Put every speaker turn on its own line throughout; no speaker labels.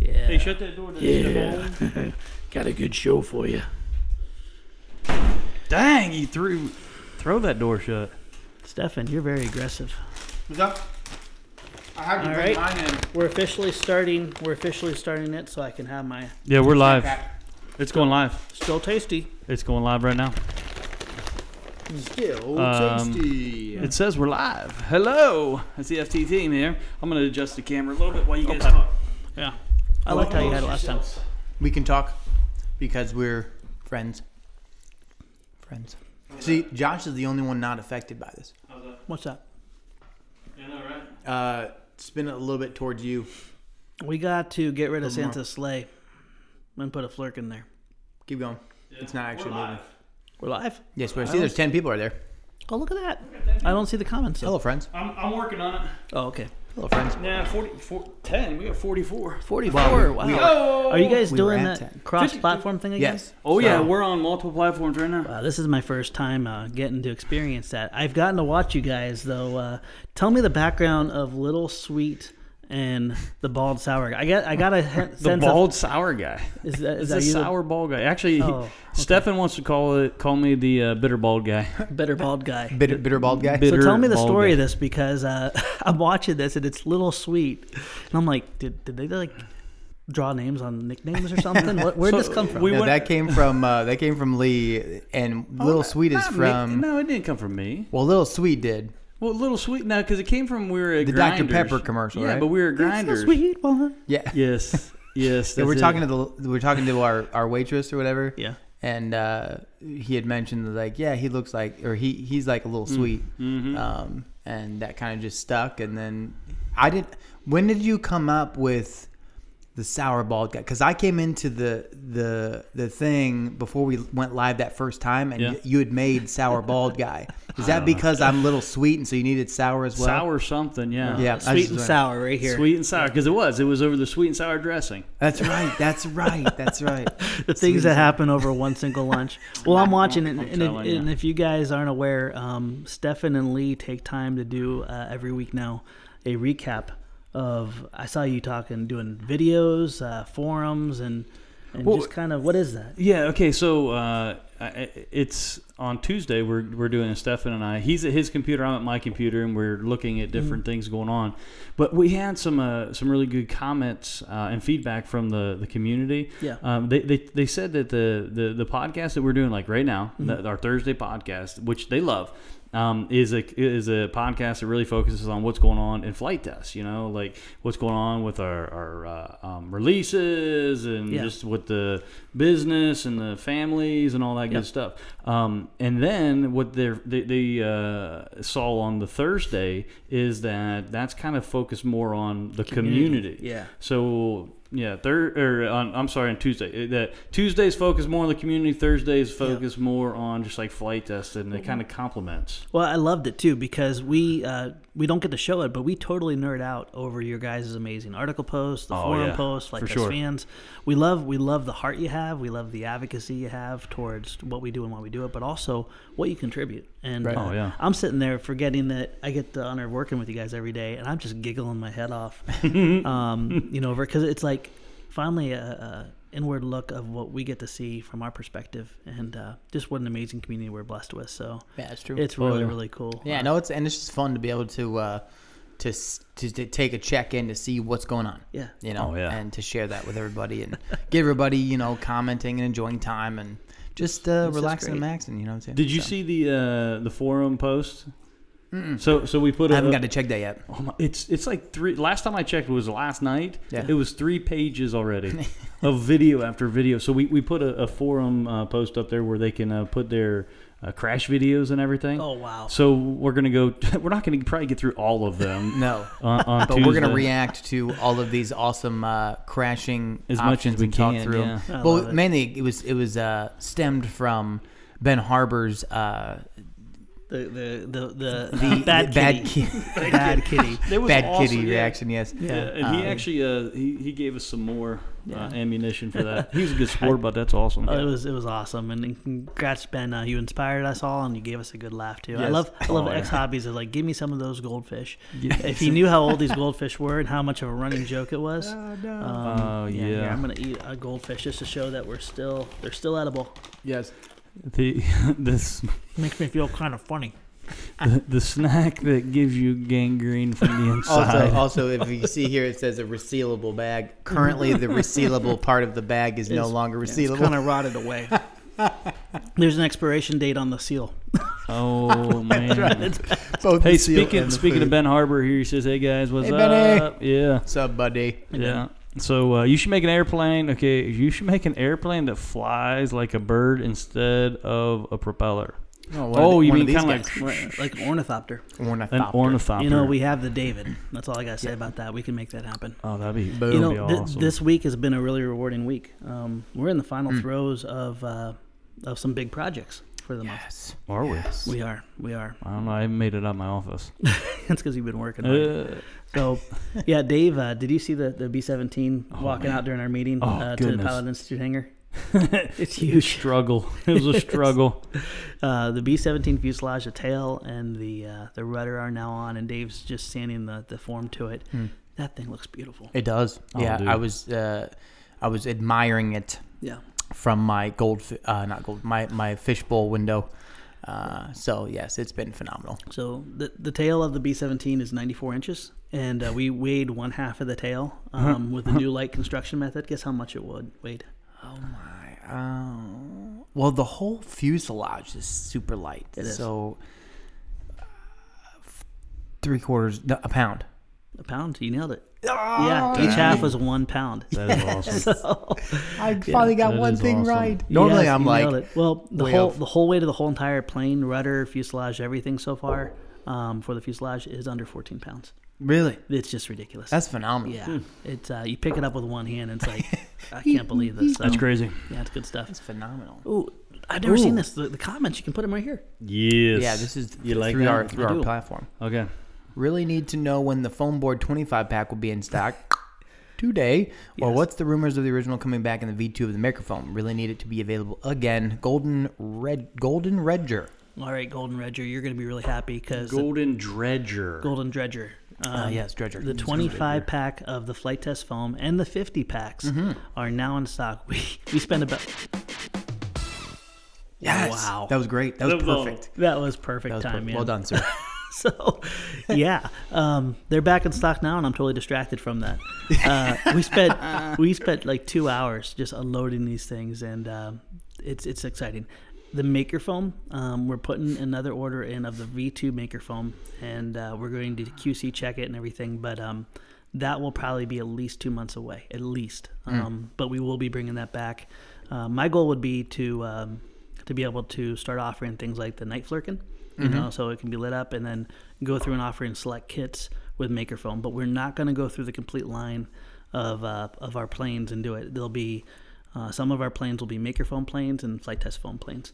They shut that door. To
Yeah. Got a good show for you.
Dang, he threw throw that door shut.
Stefan, you're very aggressive.
What's up? I had to
All right.
bring mine in.
We're officially starting. We're officially starting it, so I can have my
Yeah, we're live.
Okay.
It's going live.
still tasty.
It's going live right now.
Still.
Um, It says we're live. Hello, it's the FT team here. I'm gonna adjust the camera a little bit while you guys talk.
yeah. I liked how you had it last time.
We can talk because we're friends. Friends. See, Josh is the only one not affected by this.
How's that?
What's up?
Yeah, no, right?
Uh, spin it a little bit towards you.
We got to get rid of Santa Slay and put a flirk in there.
Keep going. It's not actually moving.
We're live.
Yes, but see, there's ten people right there.
Oh, look at that. I don't see the comments.
Hello,
Though.
friends.
I'm, I'm working on it.
Oh, okay.
Hello, friends.
Yeah, 40, 40, 10. We got 44.
44.
Well, we-
wow.
we
Oh,
Are you guys
We were
doing
at
that
10.
cross platform thing again?
Yes.
Oh yeah,
So-
we're on multiple platforms right now.
Uh, this is my first time uh, getting to experience that. I've gotten to watch you guys though. Uh, tell me the background of Little Sweet and the Bald Sour. I got I got a he-
The
sense
bald sour guy.
of is that, is
It's
that
a
you
sour bald guy. Actually,
Oh, okay.
Stefan wants to call it call me the uh, bitter bald guy.
the bitter bald guy.
Bitter, bitter bald guy.
Bit-
so tell me the
bald
story
guy.
of this because uh, I'm watching this and it's Little Sweet, and I'm like, did did they like draw names on nicknames or something? What, where'd this
So
come from?
we
no,
went-
that came from uh, that came from Lee, and Little Sweet is
Not me.
from.
No, it didn't come from me.
Well, Little Sweet did.
Well, Little Sweet, no, because it came from we were at
The Dr.
Grinders.
Pepper commercial,
Yeah,
right?
but we were at
It's the
Grinders.
sweet one.
Yeah.
Yes, yes.
So we're
that's it.
talking to the we we're talking to our, our waitress or whatever.
Yeah.
And uh, he had mentioned that, like, yeah, he looks like or he he's like a little sweet.
Mm-hmm.
Um, and that kind of just stuck. And then I didn't. When did you come up with the sour bald guy? Because I came into the the the thing before we went live that first time, and
Yeah.
you had made sour bald guy. Is that because I'm a little sweet and so you needed sour as well?
sour something. Yeah,
Yeah. I was
Sweet
just
and
wondering.
sour right here.
Sweet and sour because it was. It was over the sweet and sour dressing.
That's right. That's right. That's right.
the things that happen over one single lunch. Well, I'm watching it, and,
telling you.
and if you guys aren't aware, um, Stefan and Lee take time to do uh, every week now a recap of. I saw you talking, doing videos, uh, forums, and and
Well-
just kind of what is that?
Yeah. Okay. So uh, I- I- it's on Tuesday. We're we're doing it, Stefan and I. He's at his computer. I'm at my computer, and we're looking at different things going on. But we had some uh, some really good comments uh, and feedback from the the community.
Yeah.
Um, they, they they said that the the the podcast that we're doing like right now,
Mm-hmm.
the- our Thursday podcast, which they love. Um, is a is a podcast that really focuses on what's going on in flight tests, you know, like what's going on with our our uh, um, releases and
Yeah.
just just with the business and the families and all
Yep.
that good stuff. Um, and then what they're, they they uh, saw on the Thursday is that that's kind of focused more on the community.
Yeah.
So yeah, third or on, I'm sorry, on Tuesday. Uh, That Tuesday's focus more on the community. Thursday's focus more on just like flight tests, and
Mm-hmm.
it kind of complements.
Well, I loved it too because we uh, we don't get to show it, but we totally nerd out over your guys' amazing article posts, the
Oh,
forum
yeah,
posts, like
for
us
sure.
fans. We love we love the heart you have, we love the advocacy you have towards what we do and why we do it, but also what you contribute. And uh,
Oh, yeah.
I'm sitting there forgetting that I get the honor of working with you guys every day, and I'm just giggling my head off, um, you know, because it's like finally a. a inward look of what we get to see from our perspective and uh, just what an amazing community we're blessed with so
Yeah, that's true.
it's really
yeah.
really cool
Yeah,
Uh,
no, it's and it's just fun to be able to uh, to, s- to to take a check in to see what's going on.
Yeah.
you know,
Oh, yeah.
and to share that with everybody and get everybody you know commenting and enjoying time and just uh,
just
relaxing and
great.
maxing. You know what I'm saying?
Did you
So,
see the uh, the forum post? So so we put.
I haven't
a-
got to check that yet.
Oh my, it's it's like three. Last time I checked was last night.
Yeah.
It was three pages already of video after video. So we, we put a, a forum uh, post up there where they can uh, put their uh, crash videos and everything.
Oh, wow.
So we're gonna go. We're not gonna probably get through all of them.
No,
On, on
but we're gonna
Tuesday.
react to all of these awesome uh, crashing
As much
options
as we
and talk
can,
through.
yeah.
'em.
I
But
love it.
mainly it was it was uh, stemmed from Ben Harbor's uh,
the the the the,
The-
bad
the
kitty.
bad
bad kitty.
There was
Bad
awesome-
kitty
yeah.
reaction, yes.
Yeah, and he
Um,
actually uh, he, he gave us some more uh,
Yeah.
ammunition for that. He was a good sport, but that's awesome.
Oh, it was it was awesome, and, and congrats, Ben. Uh, you inspired us all, and you gave us a good laugh too. I
Yes.
love I love
Oh, yeah.
ex hobbies. Is like, give me some of those goldfish. If you knew how old these goldfish were and how much of a running joke it was.
no.
um,
Oh,
here,
yeah.
I'm gonna eat a goldfish just to show that we're still they're still edible.
Yes.
the this
Makes me feel kind of funny.
the, the snack that gives you gangrene from the
Also,
inside.
uh,
also, if you see here, it says a resealable bag. Currently, the resealable part of the bag is no
It's-
longer
It's
resealable.
kind of rotted away. There's an expiration date on the seal.
oh man.
Both
Hey,
the seal
speaking
and the
speaking of
food.
Ben Harbor here, he says, "Hey guys, what's
Hey, Benny.
up?" Yeah,
What's up, buddy?
yeah. So uh, you should make an airplane. Okay, you should make an airplane that flies like a bird instead of a propeller. Oh, you mean kinda like-
like an ornithopter.
An ornithopter.
You know, we have the David. That's all I gotta say about that. We can make that happen.
Oh, that'd be
Boom.
you
that'd
know,
be
th-
awesome. Mm.
this week has been a really rewarding week. Um, we're in the final throes of uh, of some big projects for the
Yes.
Are we?
month. We are, we are.
I don't know. I haven't made it out of my office.
That's because you've been working. on it.
Uh,
So, yeah, Dave, uh, did you see the the B seventeen
Oh,
walking
man.
out during our meeting
Oh,
uh, to the
goodness.
Pilot Institute hangar? it's huge.
struggle. It was a struggle.
Uh, the B seventeen fuselage, the tail, and the uh, the rudder are now on, and Dave's just sanding the the form to it.
Hmm.
That thing looks beautiful.
It does.
Oh,
yeah,
dude.
I was, uh, I was admiring it
Yeah.
from my gold, uh, not gold, my my fishbowl window. Uh, so yes, it's been phenomenal.
So the the tail of the B seventeen is ninety four inches, and uh, we weighed one half of the tail
Uh-huh.
um, with the new light construction method. Guess how much it would weighed?
Oh my! Oh, well, the whole fuselage is super light.
It is.
So uh, f- three quarters, no, a pound.
A pound. You nailed it.
Oh,
yeah, each
dang.
half was one pound.
That is awesome.
So
I finally got
That
one
is
thing
awesome.
right. Normally,
yes,
I'm
you nailed
like,
it. well, the
way
whole
off.
the whole weight of the whole entire plane, rudder, fuselage, everything so far um, for the fuselage is under fourteen pounds.
really?
It's just ridiculous.
That's Hmm. phenomenal.
yeah, it's uh, you pick it up with one hand, and it's like I can't believe this. So,
That's crazy.
Yeah, it's good stuff.
It's phenomenal.
Ooh, I've never seen
Ooh.
this. The, the comments you can put them right here.
Yes.
Yeah, this is
You like
through
that?
our through
I
our
do.
platform.
okay.
Really need to know when the foam board 25 pack will be in stock today. Or
Yes.
what's the rumors of the original coming back in the V2 of the microphone? Really need it to be available again. Golden Red Golden Redger.
All right, Golden Dredger, you're going to be really happy because
Golden dredger.
Golden Dredger. Um,
Uh, yes, Dredger.
The 25 pack of the flight test foam and the 50 packs
Mm-hmm.
are now in stock. We we spent about
Yes.
Wow.
That was great. That was
That was all-
perfect.
that was perfect
That was
time.
perfect.
man.
Well done, sir.
So, yeah, um, they're back in stock now, and I'm totally distracted from that. Uh, we spent we spent like two hours just unloading these things, and um, it's it's exciting. The maker foam, um, we're putting another order in of the V2 maker foam, and uh, we're going to QC check it and everything, but. Um, that will probably be at least two months away, at least. Um, but we will be bringing that back. Uh, my goal would be to um, to be able to start offering things like the night flirkin, you know, so it can be lit up, and then go through and offering select kits with maker foam. But we're not going to go through the complete line of uh, of our planes and do it. There'll be uh, some of our planes will be maker foam planes and flight test foam planes,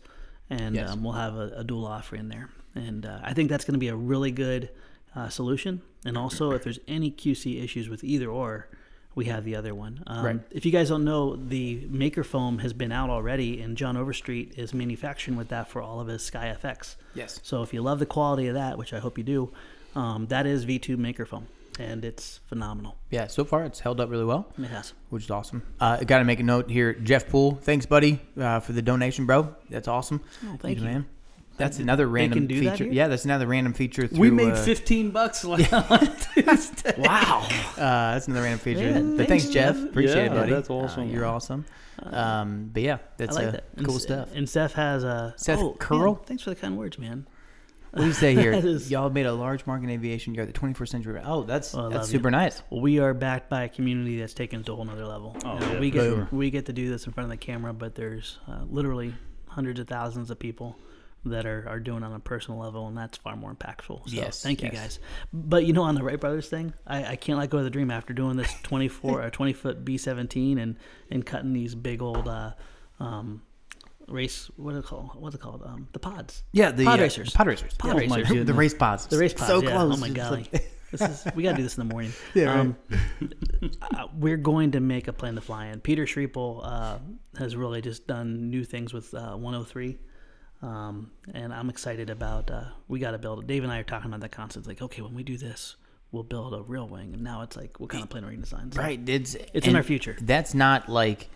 and
Yes.
um, we'll have a, a dual offering there. And uh, I think that's going to be a really good uh, solution. And also, if there's any QC issues with either or, we have the other one. Um,
Right.
If you guys don't know, the maker foam has been out already, and John Overstreet is manufacturing with that for all of his Sky FX.
Yes.
So if you love the quality of that, which I hope you do, um, that is V2 maker foam, and it's phenomenal.
Yeah, so far it's held up really well.
It has.
which is awesome. Uh, Got to make a note here, Jeff Poole. Thanks, buddy, uh, for the donation, bro. That's awesome.
Oh, thank you.
man. That's another random
can do that
feature.
here?
yeah, that's another random feature. Through,
we made
uh,
15 bucks last Tuesday.
Wow, uh, that's another random feature.
Man,
but
thanks,
thanks, Jeff.
man.
Appreciate it,
Yeah,
buddy.
that's awesome.
Uh, you're awesome. Um, but yeah, that's
I like
uh,
that.
cool
and,
stuff.
And Seth has a
Seth
oh, man,
Curl?
thanks for the kind words, man.
What do you say here?
That is-
Y'all made a large mark in aviation. You're the 21st century. Oh, that's
Well, I
that's
love
super nice.
Well, we are backed by a community that's taken it to a whole nother level.
Oh,
Uh,
yeah,
we
for
get
sure.
we get to do this in front of the camera, but there's uh, literally hundreds of thousands of people that are, are doing it on a personal level, and that's far more impactful. So
Yes,
thank you
yes.
guys. But you know, on the Wright Brothers thing, I, I can't let go of the dream after doing this 24 or 20 foot B17 and and cutting these big old. Uh, um, race. What are it called? What's it called? Um, the pods.
Yeah, the
pod
uh,
racers.
Pod racers.
Pod
Yeah.
my
racers.
goodness.
The race pods.
The race pods.
So
yeah.
close.
Oh my
It's
golly.
like-
this is we gotta do this in the morning.
Yeah, right.
Um, uh, we're going to make a plane to fly in. Peter Schreepel uh, has really just done new things with uh, 103, um, and I'm excited about. Uh, we got to build. Dave and I are talking about that concept. Like, okay, when we do this, we'll build a real wing. And now it's like, what kind of plane are we going to design? So
Right. It's
It's in our
and
future.
That's not like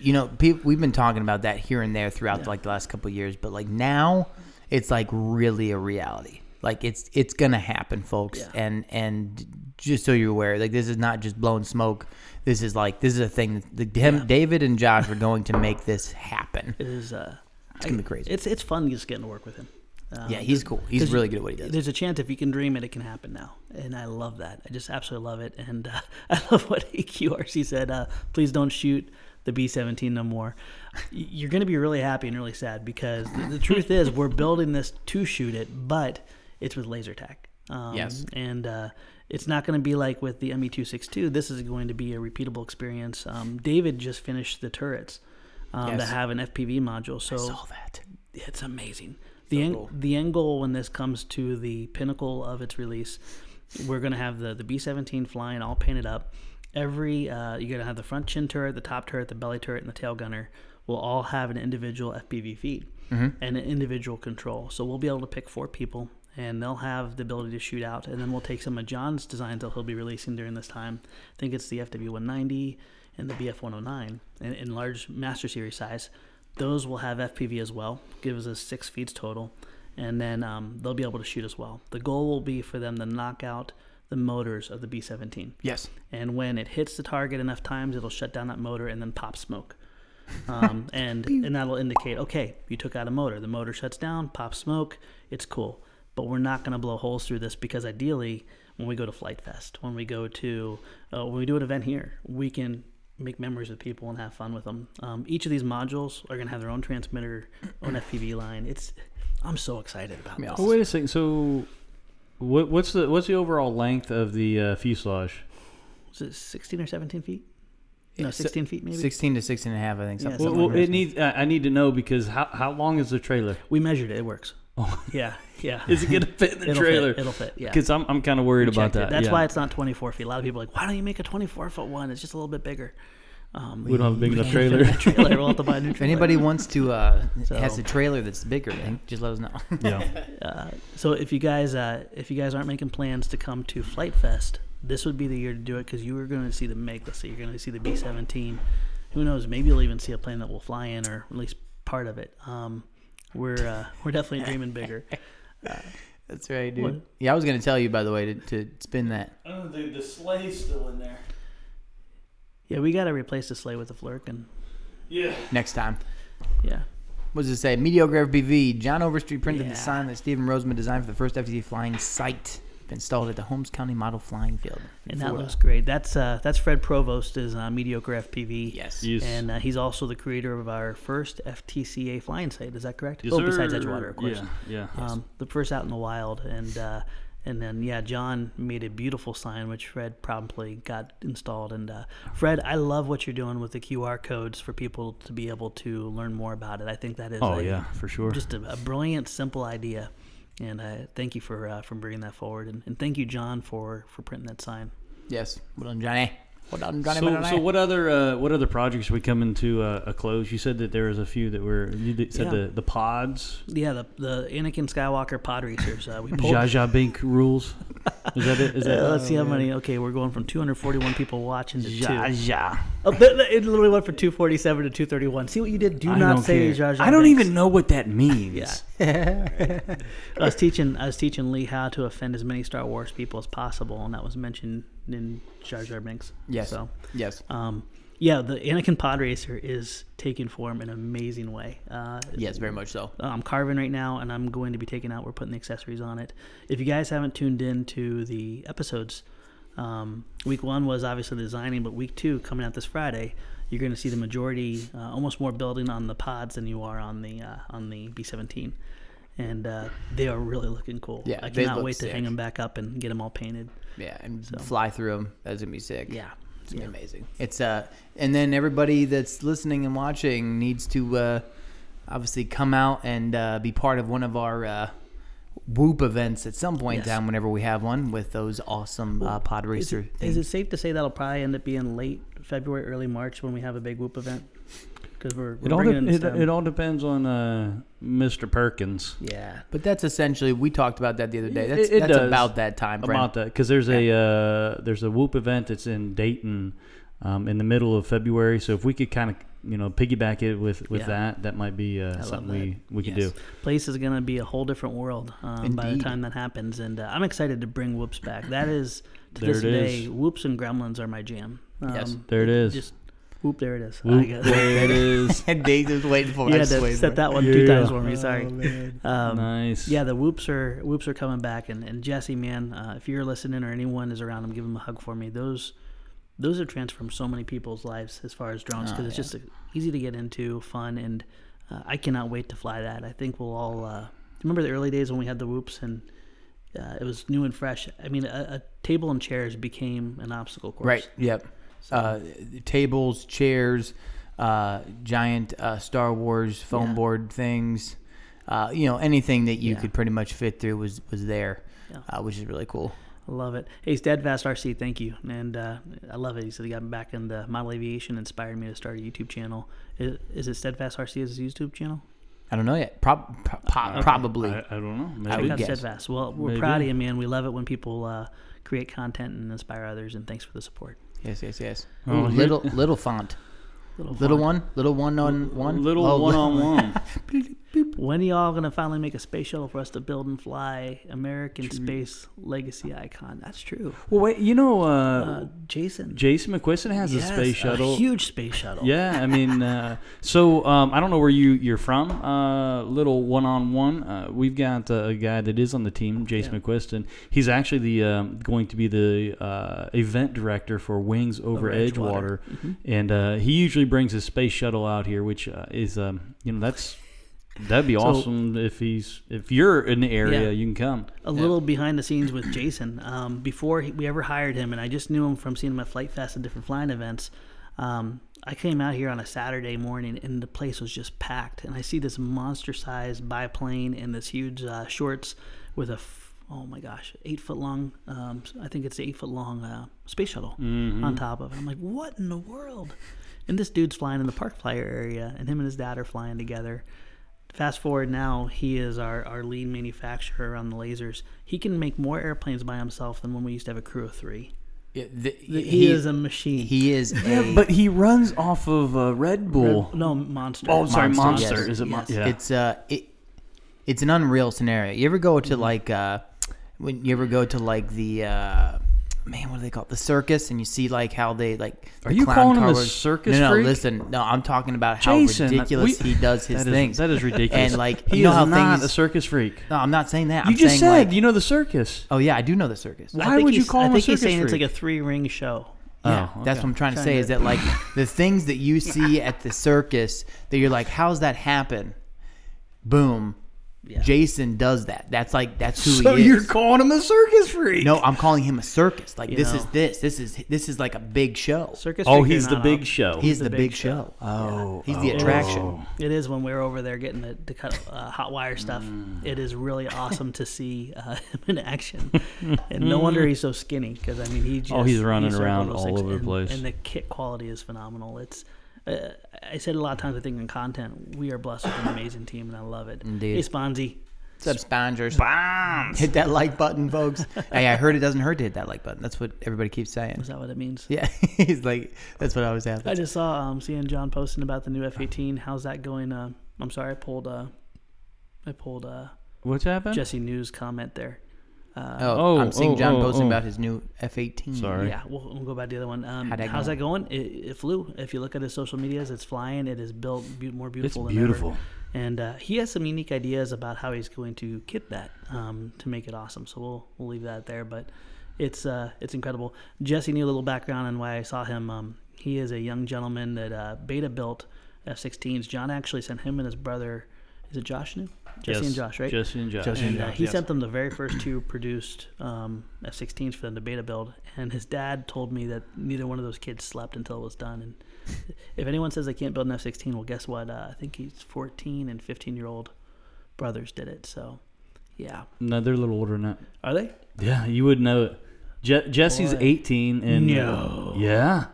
you know, people we've been talking about that here and there throughout like the last couple of years, but like now it's like really a reality. Like it's it's gonna happen, folks.
Yeah.
And and just so you're aware, like this is not just blowing smoke. This is like this is a thing. The, him, David and Josh are going to make this happen.
It is. Uh, it's
gonna be crazy.
It's it's fun just getting to work with him. Um,
Yeah, he's cool. He's
there's-
really good at what he does.
There's a chance if you can dream it, it can happen now, and I love that. I just absolutely love it, and uh, I love what AQRC said. Uh, Please don't shoot the B-17 no more. Y- You're going to be really happy and really sad because the, the truth is we're building this to shoot it, but it's with laser tech. Um,
Yes.
and uh, it's not going to be like with the E ME262. This is going to be a repeatable experience. Um, David just finished the turrets. Um,
Yes.
That have an FPV module, so
Saw that.
it's amazing. The end, the end goal when this comes to the pinnacle of its release, we're gonna have the the B seventeen flying all painted up. Every uh, you're gonna have the front chin turret, the top turret, the belly turret, and the tail gunner will all have an individual FPV feed and an individual control. So we'll be able to pick four people, and they'll have the ability to shoot out. And then we'll take some of John's designs that he'll be releasing during this time. I think it's the FW one ninety and the BF one hundred nine, and in large master series size. Those will have FPV as well, gives us six feeds total, and then um, they'll be able to shoot as well. The goal will be for them to knock out the motors of the B 17.
Yes.
And when it hits the target enough times, it'll shut down that motor and then pop smoke. Um, and, and that'll indicate, okay, you took out a motor. The motor shuts down, pops smoke, it's cool. But we're not going to blow holes through this because ideally, when we go to Flight Fest, when we go to, uh, when we do an event here, we can make memories with people and have fun with them. Um, each of these modules are going to have their own transmitter, own FPV line. It's, I'm so excited about
Yeah.
this.
Oh, wait a second. So, what, what's the what's the overall length of the uh, fuselage?
Is it 16 or 17 feet?
Yeah,
No,
so-
16 feet maybe?
16 to 16 and a half, I think.
Yeah,
Something,
Well,
something
well, it
like
needs. I I need to know because how, how long is the trailer?
We measured it. It works. Yeah, yeah.
Oh. Is it gonna fit in the
it'll
trailer?
Fit, it'll fit. Yeah.
Because I'm, I'm kind of worried about
Checked it.
that.
That's
yeah.
why it's not 24 feet. A lot of people are like, why don't you make a 24 foot one? It's just a little bit bigger. Um,
we don't have a big enough
can't
trailer.
fit in that trailer. We'll have to buy a new
If
trailer.
anybody wants to uh,
So-
has a trailer that's bigger, then just let us know.
yeah.
Uh, so if you guys uh, if you guys aren't making plans to come to Flight Fest, this would be the year to do it because you are going to see the make. Let's see, you're going to see the B-17. Who knows? Maybe you'll even see a plane that will fly in, or at least part of it. Um, we're uh, we're definitely dreaming bigger.
That's right, dude.
What?
Yeah, I was gonna tell you by the way to, to spin that.
Oh, dude, the sleigh's still in there.
Yeah, we got to replace the sleigh with a flirk, and
Yeah.
next time.
yeah.
What does it say? Mediocre FPV. John Overstreet printed
Yeah.
the sign that Stephen Roseman designed for the first FTC flying site installed at the Holmes County Model Flying Field. in
And that
Florida.
looks great. That's uh, that's Fred Provost is uh, mediocre FPV.
yes.
Yes.
And uh, he's also the creator of our first FTCA flying site. Is that correct?
Yes,
oh, besides
sir.
Edgewater, of course.
Yeah. Oh, Yeah.
Um, the first out in the wild, and uh, and then yeah, John made a beautiful sign which Fred promptly got installed. And uh, Fred, I love what you're doing with the QR codes for people to be able to learn more about it. I think that is
Oh
a-
yeah, for sure.
just a, a brilliant, simple idea. And uh, thank you for uh, for bringing that forward, and, and thank you, John, for for printing that sign.
Yes. Well done, Johnny. Well done, Johnny. well
So,
done,
so
Johnny.
what other uh, what other projects are we coming to uh, a close? You said that there was a few that were you did- said
Yeah.
the, the pods,
Yeah, the the Anakin Skywalker pod racers. Uh, we pulled.
Zsa Zsa Bink rules. Is that it? Is that Oh,
Uh, let's see how many. Okay, we're going from 241 people watching to
Zsa
two.
Zsa.
Oh, but it literally went from 247 to 231. See what you did? Do
I
not
don't
say
care.
Zsa Zsa
I don't
Binks.
even know what that means.
Yeah. I was teaching I was teaching Lee how to offend as many Star Wars people as possible, and that was mentioned in Jar Jar Binks.
Yes.
So,
yes.
um, yeah, the Anakin pod racer is taking form in an amazing way. Uh,
Yes. Very much so.
I'm carving right now, and I'm going to be taking out. We're putting the accessories on it. If you guys haven't tuned in to the episodes, um, week one was obviously the designing, but week two coming out this Friday, you're going to see the majority, uh, almost more building on the pods than you are on the uh, on the B17, and uh, they are really looking cool.
Yeah,
I
they
cannot
look
wait to
sick.
hang them back up and get them all painted.
Yeah. And fly through them. That's gonna be sick.
Yeah,
It's gonna
yeah.
be amazing. It's uh, and then everybody that's listening and watching needs to uh, obviously come out and uh, be part of one of our uh, Whoop events at some point in
Yes.
time whenever we have one with those awesome uh, pod
Is
racer
it,
things.
is it safe to say that'll probably end up being late February, early March when we have a big whoop event? Because we're, we're
It all,
bringing in
de-
this
it, it all depends on uh, Mr. Perkins
yeah.
but that's essentially we talked about that the other day.
It-
That's,
it
that's
does.
about that time frame.
about that because there's a uh, there's a Whoop event that's in Dayton um, in the middle of February. So if we could kind of you know piggyback it with with
Yeah.
that, that might be uh,
love
something
that.
we we could
Yes.
do.
Place is going to be a whole different world um, by the
Indeed.
time that happens. And uh, I'm excited to bring whoops back. That is, to
There
this
it
day,
is.
whoops and gremlins are my jam. Um,
Yes.
There it is.
Just whoop, there it is. I
Whoop,
got
there it is.
and Dave was waiting for
You
my
had to set that one
Yeah. Oh,
two times for me. Sorry. um,
nice.
Yeah, the whoops are whoops are coming back, and, and Jesse, man, uh, if you're listening or anyone is around him, give him a hug for me. Those those have transformed so many people's lives as far as drones because it's just uh, easy to get into, fun, and uh, I cannot wait to fly that. I think we'll all uh, remember the early days when we had the whoops and uh, it was new and fresh. I mean, a, a table and chairs became an obstacle course.
Right. Yep. Uh, tables, chairs, uh, giant uh, Star Wars foam
Yeah.
board things. Uh, you know, anything that you
Yeah.
could pretty much fit through was was there,
Yeah.
uh, which is really cool.
I love it. Hey, Steadfast RC, thank you. And uh, I love it. He said he got back in the model aviation, inspired me to start a YouTube channel. Is, is it Steadfast RC as his YouTube channel?
I don't know yet. Prob- pro- po- Probably.
I, I don't know. Maybe.
I
Check
would
out
guess.
Steadfast. Well, we're
Maybe.
proud of you, man. We love it when people uh, create content and inspire others, and thanks for the support.
yes, yes, yes.
Oh,
Ooh,
here-
little little font.
Little,
Little
fun.
one. Little one on one.
Little
Oh,
one on one.
When are y'all going to finally make a space shuttle for us to build and fly American space legacy icon? That's true.
Well, wait. You know, uh,
Uh, Jason.
Jason McQuiston has
Yes,
a space shuttle.
huge space shuttle.
Yeah, I mean, uh, so um, I don't know where you you're from. Uh, little one on one, we've got uh, a guy that is on the team, Jason
Yeah.
McQuiston. He's actually the um, going to be the uh, event director for Wings Over, Edgewater,
Edgewater.
Mm-hmm.
and uh, he usually brings his space shuttle out here, which uh, is um, you know that's. That'd be awesome if he's if you're in the area,
Yeah.
you can come.
a little behind the scenes with Jason. Um, before he- we ever hired him, and I just knew him from seeing him at Flight Fest and different flying events. Um, I came out here on a Saturday morning, and the place was just packed. And I see this monster-sized biplane and this huge uh, shorts with a f- oh my gosh, eight foot long. Um, I think it's eight foot long uh, space shuttle on top of it. I'm like, what in the world? And this dude's flying in the park flyer area, and him and his dad are flying together fast forward now he is our, our lead manufacturer on the lasers he can make more airplanes by himself than when we used to have a crew of three
Yeah, the-
he, E is a machine
He is. a-
But he runs off of uh, Red Bull.
no monster
Oh, sorry,
Monster,
Monster.
yes.
Is it
Yes.
Monster? Yeah.
It's uh, it, it's an unreal scenario. You ever go to
Mm-hmm.
like uh, when you ever go to like the uh, man, what do they call it? the circus? And you see like how they like.
Are
the
you
clown
calling him a
cars-
circus
No, no.
freak?
Listen, no, I'm talking about how
Jason,
ridiculous
we-
he does his
That is-
things.
that is ridiculous.
And like,
he
you know
is
how
not
things.
a circus freak.
no, I'm not saying that.
You
I'm
just
saying,
said
like,
you know the circus.
oh yeah, I do know the circus.
Why would you call
I
him a
think he's
circus
saying it's like
freak?
a three ring show
Yeah,
Oh,
that's
okay.
what I'm trying to
Trying
say
to-
is that like the things that you see at the circus that you're like, how's that happen? Boom.
Yeah.
Jason does that. That's like that's who
So
he is.
you're calling him a circus freak?
no, I'm calling him a circus. Like
You
this
know.
is this. This is this is like a big show.
circus
Oh,
freak or
he's the
not,
big
I'll-
show.
He's the, big, show.
oh,
He's the
oh,
attraction.
oh.
it is when we're over there getting the, the cut, uh, hot wire stuff
Mm.
it is really awesome to see uh, him in action and no wonder he's so skinny because i mean he just,
Oh, he's running
like one
around
of those
all
things,
over the
and-
place.
and the kick quality is phenomenal it's uh, i said a lot of times i think in content we are blessed with an amazing team and i love it
Indeed.
hey sponzy
What's up, Spongers? Hit that like button, folks. hey, I heard it doesn't hurt to hit that like button. That's what everybody keeps saying.
is that what it means
Yeah, he's like that's what I was
I
after.
just saw um, seeing John posting about the new F eighteen. How's that going? Uh, I'm sorry, I pulled uh, I pulled uh,
What's happened?
Jesse News comment there.
Oh,
Oh,
I'm seeing
oh,
John
oh,
posting
oh.
about his new F-18.
Sorry.
Yeah, we'll, we'll go by the other one. Um,
How'd that
how's
go?
that going? It, it flew. If you look at his social medias, it's flying. It is built be- more beautiful. than ever.
beautiful.
And uh, he has some unique ideas about how he's going to kit that um, to make it awesome. So we'll we'll leave that there. But it's uh, it's incredible. Jesse knew a little background on why I saw him. Um, he is a young gentleman that uh, Beta built F-16s. John actually sent him and his brother. Is it Josh new? Jesse and Josh, right?
Jesse and Josh.
Jesse
And, uh,
Josh,
he
yes.
sent them the very first two produced um, F-16s for them to beta build, and his dad told me that neither one of those kids slept until it was done. And if anyone says they can't build an F-16, well, guess what? Uh, I think he's 14 and 15 year old brothers did it. So, yeah,
No, they're a little older than that.
are they?
Yeah, you would know it. Je- Jesse's
Boy.
18 and
No.
Yeah.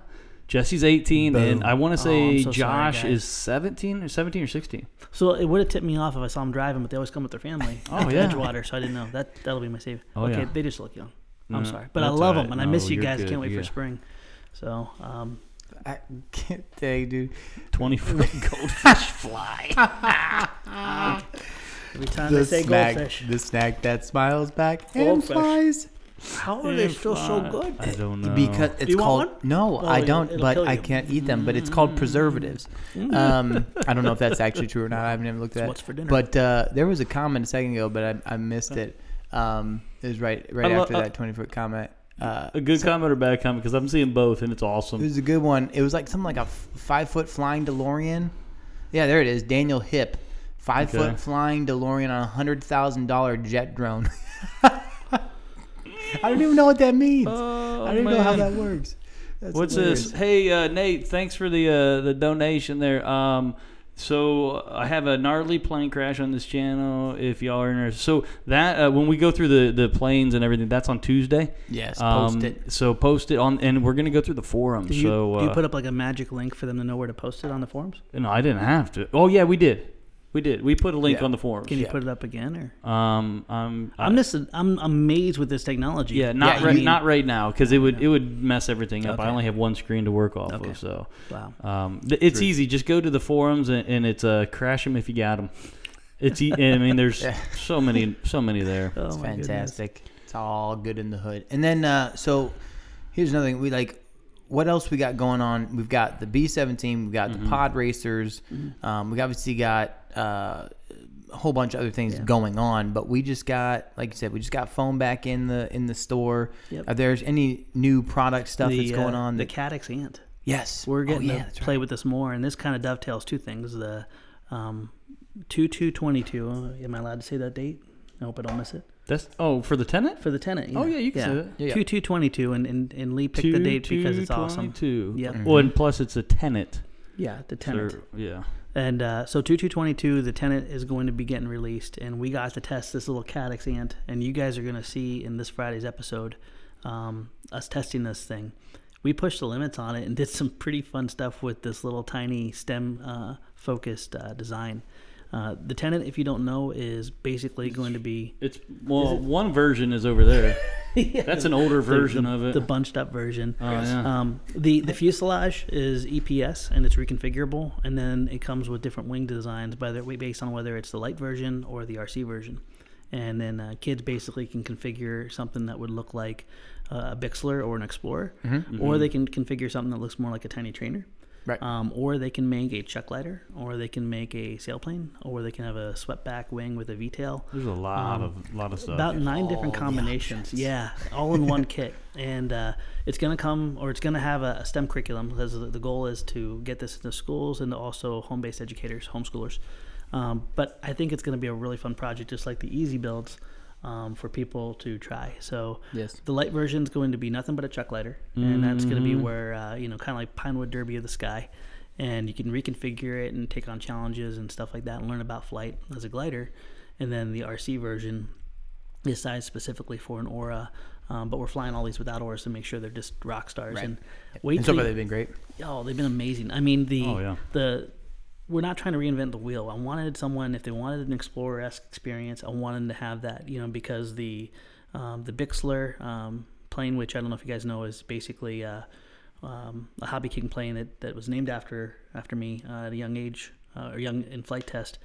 Jesse's 18 and I want to
Oh,
say
I'm so sorry,
Josh
guys.
is 17 or 17 or 16.
So it would have tipped me off if I saw them driving, but they always come with their family.
Oh,
to
yeah.
Edgewater, so I didn't know that. That'll be my save.
Oh,
okay,
yeah.
they just look young. I'm
No,
sorry, but I
Mm. that's
love
all
them,
right.
and I
No,
miss you
you're
guys.
good.
Can't wait
Yeah.
for spring. So, um,
I can't dang, dude.
20 foot goldfish fly.
every time
The
they say
snack,
goldfish,
the snack that smiles back and
Goldfish.
flies.
how are Oh, they still so good?
I don't know.
Because it's
you want
called
one?
no,
Oh,
I
it'll-
don't.
it'll
But
kill
I
you. Mm.
can't eat them. But it's called preservatives. Um, I don't know if that's actually true or not. I haven't even looked at.
what's for dinner.
But uh, there was a comment a second ago, but I, I missed it. Um, it was right right
I lo-
after
uh,
that twenty foot comment. Uh,
a good comment or bad comment because I'm seeing both and it's awesome.
It was a good one. It was like something like a f- five foot flying DeLorean. Yeah, there it is. Daniel Hip, five
Okay.
foot flying DeLorean on a hundred thousand dollar jet drone. I don't even know what that means.
Oh,
I don't even know how that works. That's
What's
hilarious.
this? Hey, uh, Nate, thanks for the uh, the donation there. Um, so I have a gnarly plane crash on this channel. If y'all are interested, so that uh, when we go through the the planes and everything, that's on Tuesday.
Yes,
Um,
post it.
So post it on, and we're gonna go through the forum.
Do you,
so
do you
uh,
put up like a magic link for them to know where to post it on the forums?
no, I didn't have to. Oh yeah, we did. We did. We put a link
Yeah.
on the forums.
Can you
Yeah.
put it up again? Or
Um, I'm,
I'm just I'm amazed with this technology.
yeah, not
Yeah,
right,
you-
not right now because it would it would mess everything up. I
Okay.
only have one screen to work off
Okay.
of, so.
wow.
Um, th- it's easy. Just go to the forums and, and it's uh, crash them if you got them. It's e- I mean there's so many so many there.
Oh
It's
my goodness.
fantastic. It's all good in the hood. And then uh, so here's another thing. We like what else we got going on? We've got the B seventeen. We've got
Mm-hmm.
the pod racers. Um, we obviously got uh, a whole bunch of other things going on. But we just got like you said, we just got phone back in the in the store.
Yep.
Are there any new product stuff that's
uh,
going on?
the
that,
Caddx ant.
yes,
We're
oh,
getting
yeah,
to
that's right.
play with this more, and this kind of dovetails two things. The um, two two twenty two. Am I allowed to say that date? I hope I don't miss it.
That's oh for the tenant.
For the tenant.
Oh, yeah, you can say that.
Yeah, yeah.
Two two twenty two, and, and and Lee picked the date because it's awesome. Mm-hmm.
22.
Yep.
Well, and plus it's a tenant.
Mm. Yeah, the tenant.
They're- Yeah.
And uh, so 2222, the tenant is going to be getting released, and we got to test this little Caddx ant, and you guys are going to see in this Friday's episode um, us testing this thing. We pushed the limits on it and did some pretty fun stuff with this little tiny stem uh, focused uh, design. Uh, the tenant, if you don't know, is basically going to be
It's well one version is over there. That's an older
the-
version
the,
of it.
the bunched up version.
Oh, yeah.
Um, the the fuselage is EPS and it's reconfigurable, and then it comes with different wing designs, by the way, based on whether it's the light version or the RC version. And then uh, kids basically can configure something that would look like uh, a Bixler or an Explorer,
Mm-hmm.
or they can configure something that looks more like a tiny trainer.
Right.
Um, or they can make a chuck lighter, or they can make a sailplane, or they can have a swept back wing with a V tail
There's a lot of lot of stuff.
um, about nine different combinations. Yeah, all in one kit, and uh, it's gonna come or it's gonna have a, a STEM curriculum because the, the goal is to get this into schools and also home-based educators, homeschoolers. Um, but I think it's gonna be a really fun project, just like the easy builds. Um, for people to try, so
Yes.
the light version is going to be nothing but a chuck lighter, and that's going to be where uh, you know, kind of like Pinewood Derby of the sky, and you can reconfigure it and take on challenges and stuff like that, and learn about flight as a glider. And then the RC version is sized specifically for an aura, um, but we're flying all these without auras to make sure they're just rock stars.
Right.
And wait,
And so
till
far
you-
they've been great.
Oh, they've been amazing. I mean, the
Oh, yeah.
the we're not trying to reinvent the wheel. I wanted someone if they wanted an explorer esque experience, I wanted to have that, you know, because the um, the Bixler um, plane, which I don't know if you guys know, is basically uh, um, a hobby king plane that, that was named after after me uh, at a young age uh, or young in flight test.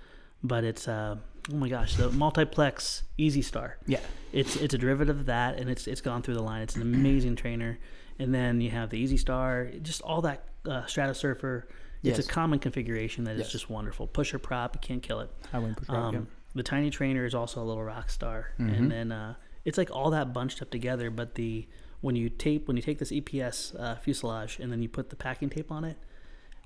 But it's uh, oh my gosh, the multiplex Easy Star.
Yeah.
It's it's a derivative of that, and it's it's gone through the line. It's an amazing trainer, and then you have the Easy Star, just all that uh, Stratosurfer. It's
Yes.
a common configuration that is just wonderful. Pusher prop, you can't kill it.
I went push
Um, The tiny trainer is also a little rock star,
Mm-hmm.
and then uh, it's like all that bunched up together. But the when you tape when you take this EPS uh, fuselage and then you put the packing tape on it,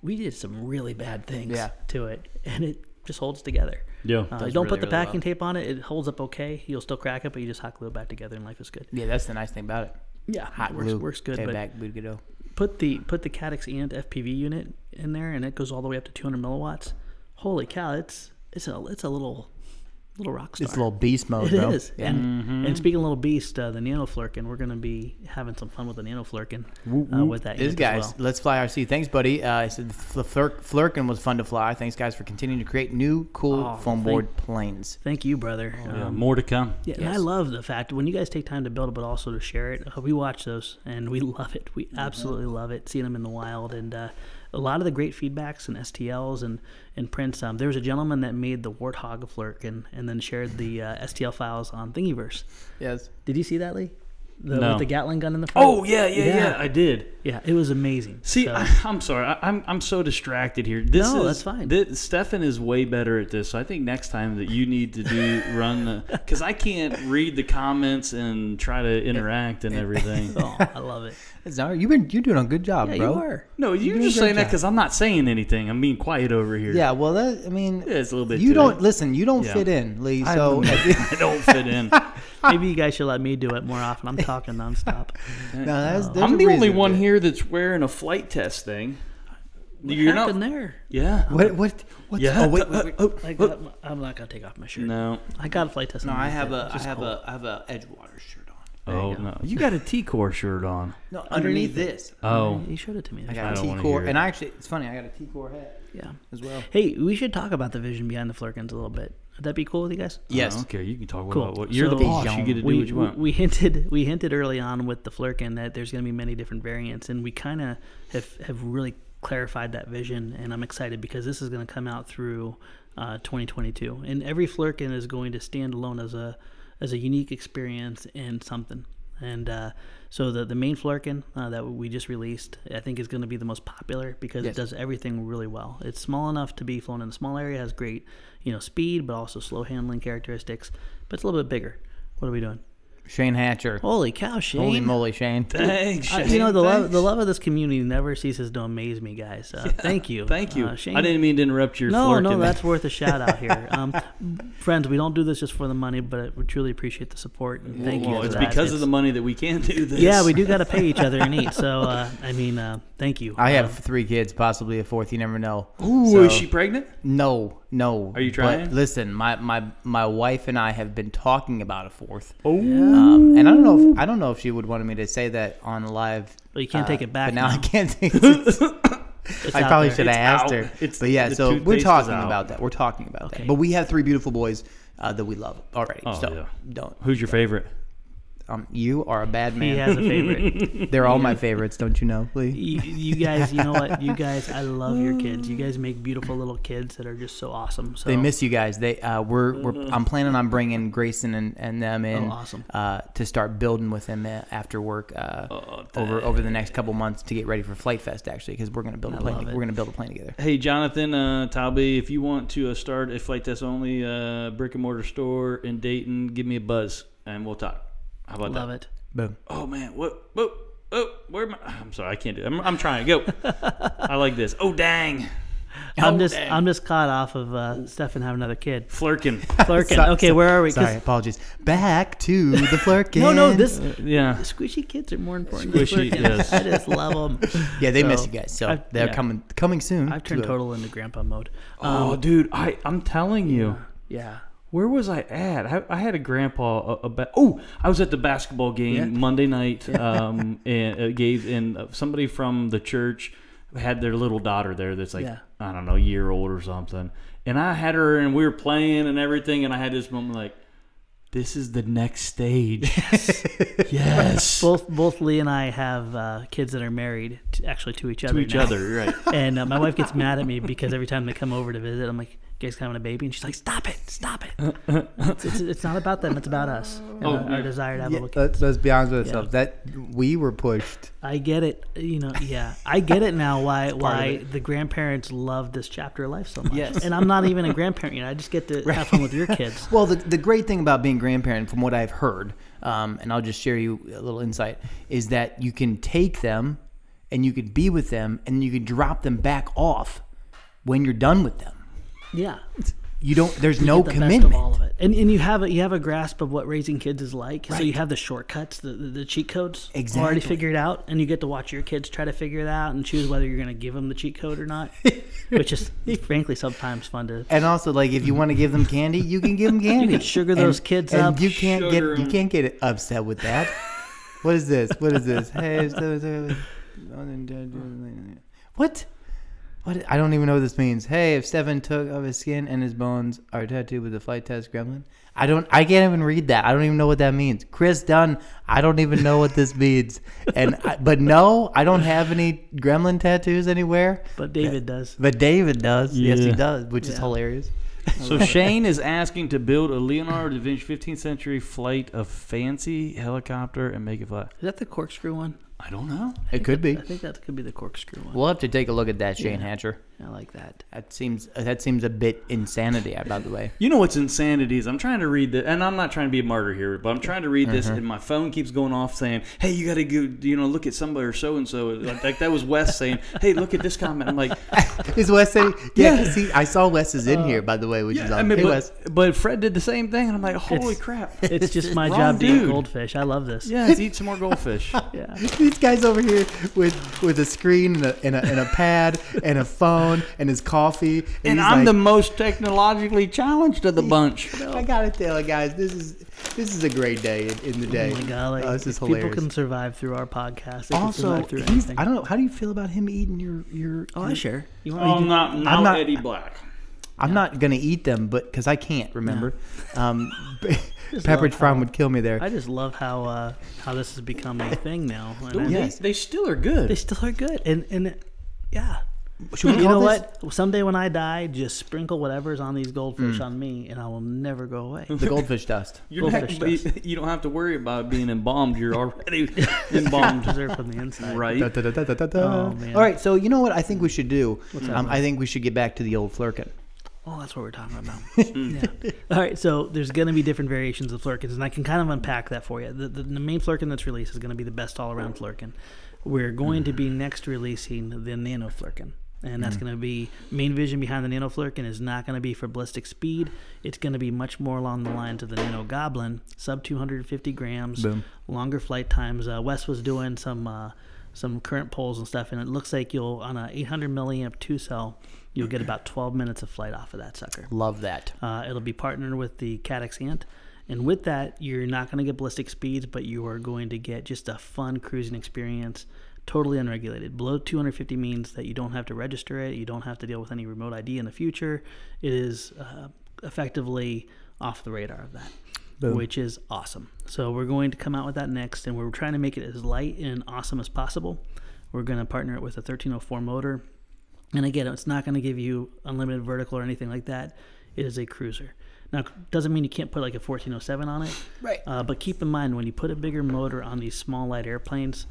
we did some really bad things
Yeah.
to it, and it just holds together.
Yeah.
Uh,
Does
don't
really,
put the
really
packing
well.
tape on it. It holds up okay. You'll still crack it, but you just hot glue it back together and life is good.
Yeah, that's the nice thing about it.
Yeah,
Hot
it works,
glue
works good.
Stay
but
back, we could go.
put the put the Cadex and FPV unit in there, and it goes all the way up to 200 milliwatts. Holy cow! It's it's a it's a little little rock star.
It's a little beast mode,
It
bro. Mm-hmm.
is.
Yeah.
And, and speaking of little beast, uh, the nanoflurkin, we're going to be having some fun with the nanoflurkin uh, with that.
This
unit as
guys,
well.
let's fly RC. Thanks, buddy. Uh, I said Fl- Flurk, Flurkin was fun to fly. Thanks, guys, for continuing to create new, cool
Oh, thank-
foam board planes.
Thank you, brother.
Oh,
Yeah,
Um,
more to come.
yeah, and I
Yes.
love the fact when you guys take time to build it, but also to share it. Uh, We watch those and we love it.
Mm-hmm.
We absolutely love it. Seeing them in the wild and uh, a lot of the great feedbacks and STLs and and prints. Um, there was a gentleman that made the warthog flirk and and then shared the uh, STL files on Thingiverse.
Yes.
Did you see that, Lee? The,
No.
With the Gatling gun in the front.
Oh yeah, yeah, yeah.
Yeah.
I did.
yeah, it was amazing.
See,
So-
I, I'm sorry. I, I'm I'm so distracted here. This
No,
is,
that's fine.
This, Stefan is way better at this. So I think next time that you need to do run the because I can't read the comments and try to interact and everything.
oh, I love it.
It's all right. You've been you're doing a good job,
Yeah,
bro.
you are.
No, you're
doing
just
a great
saying that
job.
because I'm not saying anything. I'm being quiet over here.
Yeah. Well, that I mean,
Yeah, it's a little bit.
you
too-
don't listen. You don't
Yeah.
fit in, Lee.
I
So
don't- I don't fit in.
Maybe you guys should let me do it more often. I'm talking nonstop.
no, that's, there's
I'm
a
the only
reason.
one here that's wearing a flight test thing.
What
you're not.
happened there?
Yeah.
What? What? What?
Yeah.
Oh, wait, wait, wait.
Oh,
I got my, I'm not gonna take off my shirt.
No.
I got a flight test.
No, I
underneath
have
it.
a
It's
I
just
have
cold.
a I have a Edgewater shirt on.
Oh
you go.
no. You got a T Core shirt on.
No, underneath,
Underneath
this.
Oh.
You showed it to me.
I
I
got a
don't
T
wanna
core,
hear
and
it.
I actually it's funny. I got a T core hat
Yeah.
as well.
Hey, we should talk about the vision behind the Flurkins a little bit. Would that be cool with you guys?
I
Yes.
don't care. You can talk
Cool.
about what you're
So-
the boss. You get to do
we,
what you want.
Um, we hinted we hinted early on with the Flurkin that there's going to be many different variants, and we kind of have, have really clarified that vision. And I'm excited because this is going to come out through uh, 2022, and every Flurkin is going to stand alone as a as a unique experience and something. And uh, so the the main Flurkin uh, that we just released, I think, is going to be the most popular because it
Yes.
does everything really well. It's small enough to be flown in a small area, has great you know speed, but also slow handling characteristics. But it's a little bit bigger. What are we doing?
Shane Hatcher.
Holy cow, Shane!
Holy moly, Shane.
Thanks.
Uh, you know the love, the love of this community never ceases to amaze me, guys. Uh, thank you,
Thank you.
Uh, Shane.
I didn't mean to interrupt your
No,
flirting.
no, that's worth a shout out here, um, friends. We don't do this just for the money, but we truly appreciate the support and thank you.
Well,
for
it's
that.
because of the money that we can do this.
yeah, we do got to pay each other and eat. So uh, I mean, uh, thank you.
I
Uh,
have three kids, possibly a fourth. You never know.
Ooh,
So-
is she pregnant?
No, no.
Are you
But
trying?
listen, my, my my wife and I have been talking about a fourth.
Oh,
Um, and I don't know if I don't know if she would want me to say that on live.
well, you can't
uh,
take it back
But now I
now.
can't take it.
It's
I
out
probably
there.
should have
It's
asked
out.
her.
It's-
but yeah,
the
so
toothpaste
we're
is
talking
out.
about that. We're talking about
Okay.
that. But we have three beautiful boys uh, that we love already.
Oh,
so
yeah.
don't.
Who's your favorite?
Um, you are a bad
He
man.
has a favorite.
They're all my favorites, don't you know, Lee?
you, you guys, you know what? You guys, I love your kids. You guys make beautiful little kids that are just so awesome. So Mm-hmm.
They miss you guys. They uh, we're, we're I'm planning on bringing Grayson and, and them in
Oh, awesome.
uh, to start building with them uh, after work uh,
Oh,
over over the next couple months to get ready for Flight Fest actually because we're gonna build a plane.
love it.
We're gonna build a plane together.
Hey, Jonathan uh, Talby, if you want to uh, start a flight test only uh, brick and mortar store in Dayton, give me a buzz and we'll talk. How about
love
that?
it.
Boom.
Oh man, what? Whoa, whoa, where am I? I'm sorry, I can't do. It. I'm, I'm trying. Go. I like this. Oh dang,
I'm
Oh,
just
dang.
I'm just caught off of uh, Stefan having another kid.
flirking.
Flirkin.
So-
okay,
so-
where are we? 'Cause-
Sorry, apologies. Back to the flirkin.
no, no, this
yeah.
squishy kids are more important.
Squishy,
than Flirkin.
yes.
I just love them.
Yeah, they
So,
miss you guys. So
I've-
they're
yeah.
coming coming soon.
I've turned
to a-
total into grandpa mode. Um,
Oh, dude, I I'm telling you.
yeah.
Where was I at? I, I had a grandpa. A, a ba- oh, I was at the basketball game
Yeah.
Monday night. Um, and uh, gave and uh, somebody from the church had their little daughter there. That's like
Yeah.
I don't know, a year old or something. And I had her, and we were playing and everything. And I had this moment like, this is the next stage. yes,
Both both Lee and I have uh, kids that are married t- actually to each other.
to each
now.
other, right?
And uh, my wife gets mad at me because every time they come over to visit, I'm like, "You guys having a baby?" And she's like, "Stop it, stop it! It's, it's, it's not about them. It's about us and
Oh,
our,
yeah.
our desire to have a
Yeah,
little kid."
let's, let's be honest with
Yeah.
ourselves. That we were pushed.
I get it. You know, yeah, I get it now. Why
of
why
it.
the grandparents love this chapter of life so much?
Yes.
And I'm not even a grandparent yet. I just get to have fun with your kids.
Well, the, the great thing about being grandparent, from what I've heard, um, and I'll just share you a little insight, is that you can take them and you could be with them and you could drop them back off when you're done with them.
Yeah.
you don't. There's
you
no
get the
commitment.
Best of all of it, and and you have a, you have a grasp of what raising kids is like. So you
Right.
have the shortcuts, the, the, the cheat codes
Exactly.
already figured out, and you get to watch your kids try to figure it out and choose whether you're going to give them the cheat code or not, which is frankly sometimes fun to.
And also, like, if you want to give them candy, you can give them candy.
can sugar
And-
those kids
and
up.
You can't
Sugar
get you
'em.
can't get upset with that. what is this? What is this? Hey, so, so, what? What? I don't even know what this means. Hey, if Seven took of his skin and his bones are tattooed with a flight test gremlin, I don't. I can't even read that. I don't even know what that means. Chris Dunn, I don't even know what this means. And I, but no, I don't have any gremlin tattoos anywhere.
But David does.
But David does. Yes, he
Yeah.
does, which is
Yeah.
hilarious.
So Shane is asking to build a Leonardo da Vinci 15th century flight of fancy helicopter and make it fly.
Is that the corkscrew one?
I don't know.
It could be.
I think that could be the corkscrew one.
We'll have to take a look at that, Shane
Yeah.
Hatcher.
I like that.
That seems that seems a bit insanity, uh, by the way.
You know what's insanity is I'm trying to read this, and I'm not trying to be a martyr here, but I'm trying to read this,
Mm-hmm.
and my phone keeps going off saying, "Hey, you got to go, you know, look at somebody or so and so." Like like that was Wes saying, "Hey, look at this comment." I'm like,
Is Wes saying? Yeah, Uh, 'cause he- I saw Wes is in here, by the way, which is
yeah,
on.
I mean,
hey, Wes.
but, but Fred did the same thing, and I'm like, "Holy
It's-
crap!"
It's just my
Wrong
job being
dude.
a goldfish. I love this.
Yeah, let's eat some more goldfish.
yeah.
These guys over here with with a screen and a, and a, and a pad and a phone and his coffee. And,
and
he's
I'm the
like,
most technologically challenged of the bunch.
I gotta tell you guys, this is this is a great day in, in the day.
Oh my golly.
Oh, this is
If people
hilarious.
can survive through our podcast. They can
also,
survive through
he's,
anything.
I don't know. How do you feel about him eating your your?
oh, I
your-
share. You want me
Oh,
to-
not, not,
not-
Eddie Black.
I'm not gonna eat them, but because I can't remember, um,
love
Pepperidge Farm
how-
would kill me there.
I just love how uh, how this has become a thing now. And I-
Ooh,
Yes.
they, they still are
They
good.
still are good, and and it- yeah.
Should we
You know
call this
what? Someday when I die, just sprinkle whatever's on these goldfish
Mm.
on me, and I will never go away.
The goldfish dust.
You're not,
Goldfish
you- you don't have to worry about being embalmed. You're already embalmed,
Preserved from the inside.
right?
Da, da, da, da, da, da.
Oh, man.
All right, so you know what I think we should do?
that,
Um, I think we should get back to the old flirkin.
Oh, that's what we're talking about. yeah. All right. Mm. So there's going to be different variations of flurkins, and I can kind of unpack that for you. The, the, the main flurkin that's released is going to be the best all around flurkin. We're going to be next releasing the nano flurkin. And that's going to be main vision behind the nano flurkin is not going to be for ballistic speed. It's going to be much more along the lines of the nano goblin, sub 250 grams,
Boom.
longer flight times. Uh, Wes was doing some uh, some current polls and stuff, and it looks like you'll on a 800 milliamp two cell, you'll get about 12 minutes of flight off of that sucker.
Love that.
Uh, it'll be partnered with the Cadex Ant. And with that, you're not going to get ballistic speeds, but you are going to get just a fun cruising experience, totally unregulated. Below 250 means that you don't have to register it, you don't have to deal with any remote ID in the future. It is uh, effectively off the radar of that, which is awesome. So we're going to come out with that next, and we're trying to make it as light and awesome as possible. We're going to partner it with a 1304 motor. And again, it's not going to give you unlimited vertical or anything like that. It is a cruiser. Now, doesn't mean you can't put like a 1407 on it.
Right.
Uh, but keep in mind when you put a bigger motor on these small light airplanes,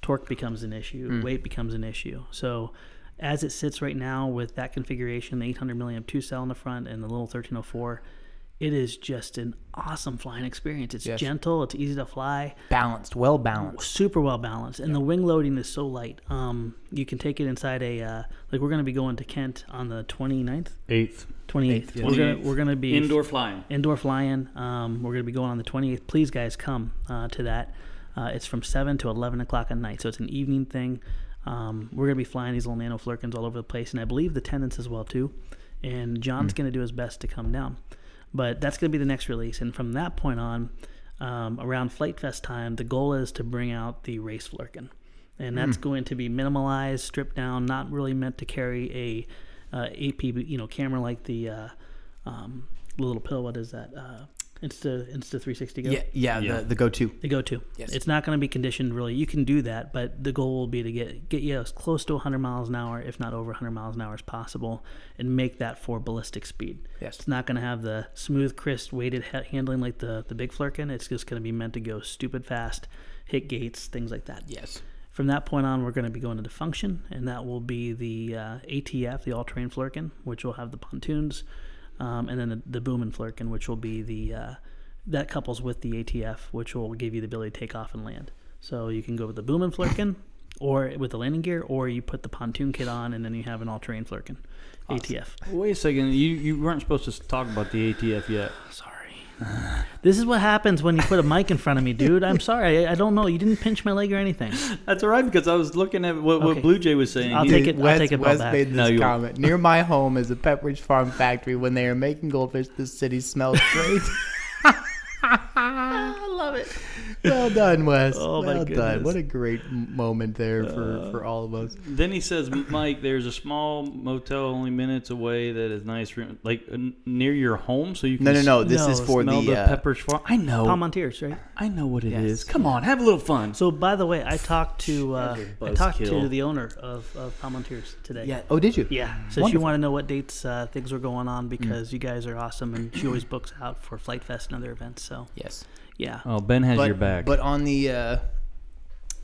torque becomes an issue, weight becomes an issue. So, as it sits right now with that configuration, the 800 milliamp two cell in the front and the little 1304, it is just an awesome flying experience. It's
Yes.
gentle, it's easy to fly
Balanced, well balanced.
super well balanced and the wing loading is so light um you can take it inside a uh, like we're going to be going to kent on the 29th
Eighth
28th
yeah.
we're going
28th.
we're going to be
indoor flying.
indoor flying um we're going to be going on the 28th please guys come uh, to that uh, it's from 7 to 11 o'clock at night so it's an evening thing um, we're going to be flying these little nano flurkins all over the place and i believe the tenants as well too and john's going to do his best to come down but that's going to be the next release and from that point on um, around Flight Fest time, the goal is to bring out the race flurkin, and that's going to be minimalized, stripped down, not really meant to carry a uh, AP you know camera like the uh, um, little pill. What is that? Uh, Insta Insta 360 Go.
Yeah, yeah,
Yeah.
The, the go to.
The go-to. Yes. It's not going to be conditioned really. You can do that, but the goal will be to get get you as close to 100 miles an hour, if not over 100 miles an hour, as possible, and make that for ballistic speed.
Yes.
It's not going to have the smooth, crisp, weighted ha- handling like the the big flirkin. It's just going to be meant to go stupid fast, hit gates, things like that.
Yes.
From that point on, we're going to be going into function, and that will be the uh, ATF, the all-terrain flirkin, which will have the pontoons, um, and then the, the boom and flirkin, which will be the uh, that couples with the ATF, which will give you the ability to take off and land. So you can go with the boom and flirkin, or with the landing gear, or you put the pontoon kit on and then you have an all terrain flirkin, ATF.
Wait a second. You you weren't supposed to talk about the ATF yet.
Sorry. this is what happens when you put a mic in front of me, dude. I'm sorry. I, I don't know. You didn't pinch my leg or anything.
That's all right because I was looking at what, what
Okay.
Blue Jay was saying.
I'll
He-
take it- I'll take it all
Wes
back.
made
No,
this
you won't.
comment. Near my home is a Pepperidge Farm factory. When they are making goldfish, the city smells great.
I love it.
well done, Wes.
Oh, my
well done.
goodness.
What a great m- moment there for,
Uh,
for all of us.
Then he says, Mike, there's a small motel only minutes away that is nice, room, like n- near your home, so you can
No, no, no. This
No,
is for
smell
the,
the,
uh,
peppers. Far- I know,
Palmontiers, right?
I know what it is.
Yes.
Come on, have a little fun.
So, by the way, I talked to uh,
That was a
I talked to
buzzkill.
the owner of, of Palmontiers today.
Yeah. Oh, did you?
Yeah. So she
Wonderful.
wanted to know what dates uh, things were going on because you guys are awesome and she always books out for Flight Fest and other events. So
Yes.
yeah.
oh, Ben has
But,
your back.
but on the, uh,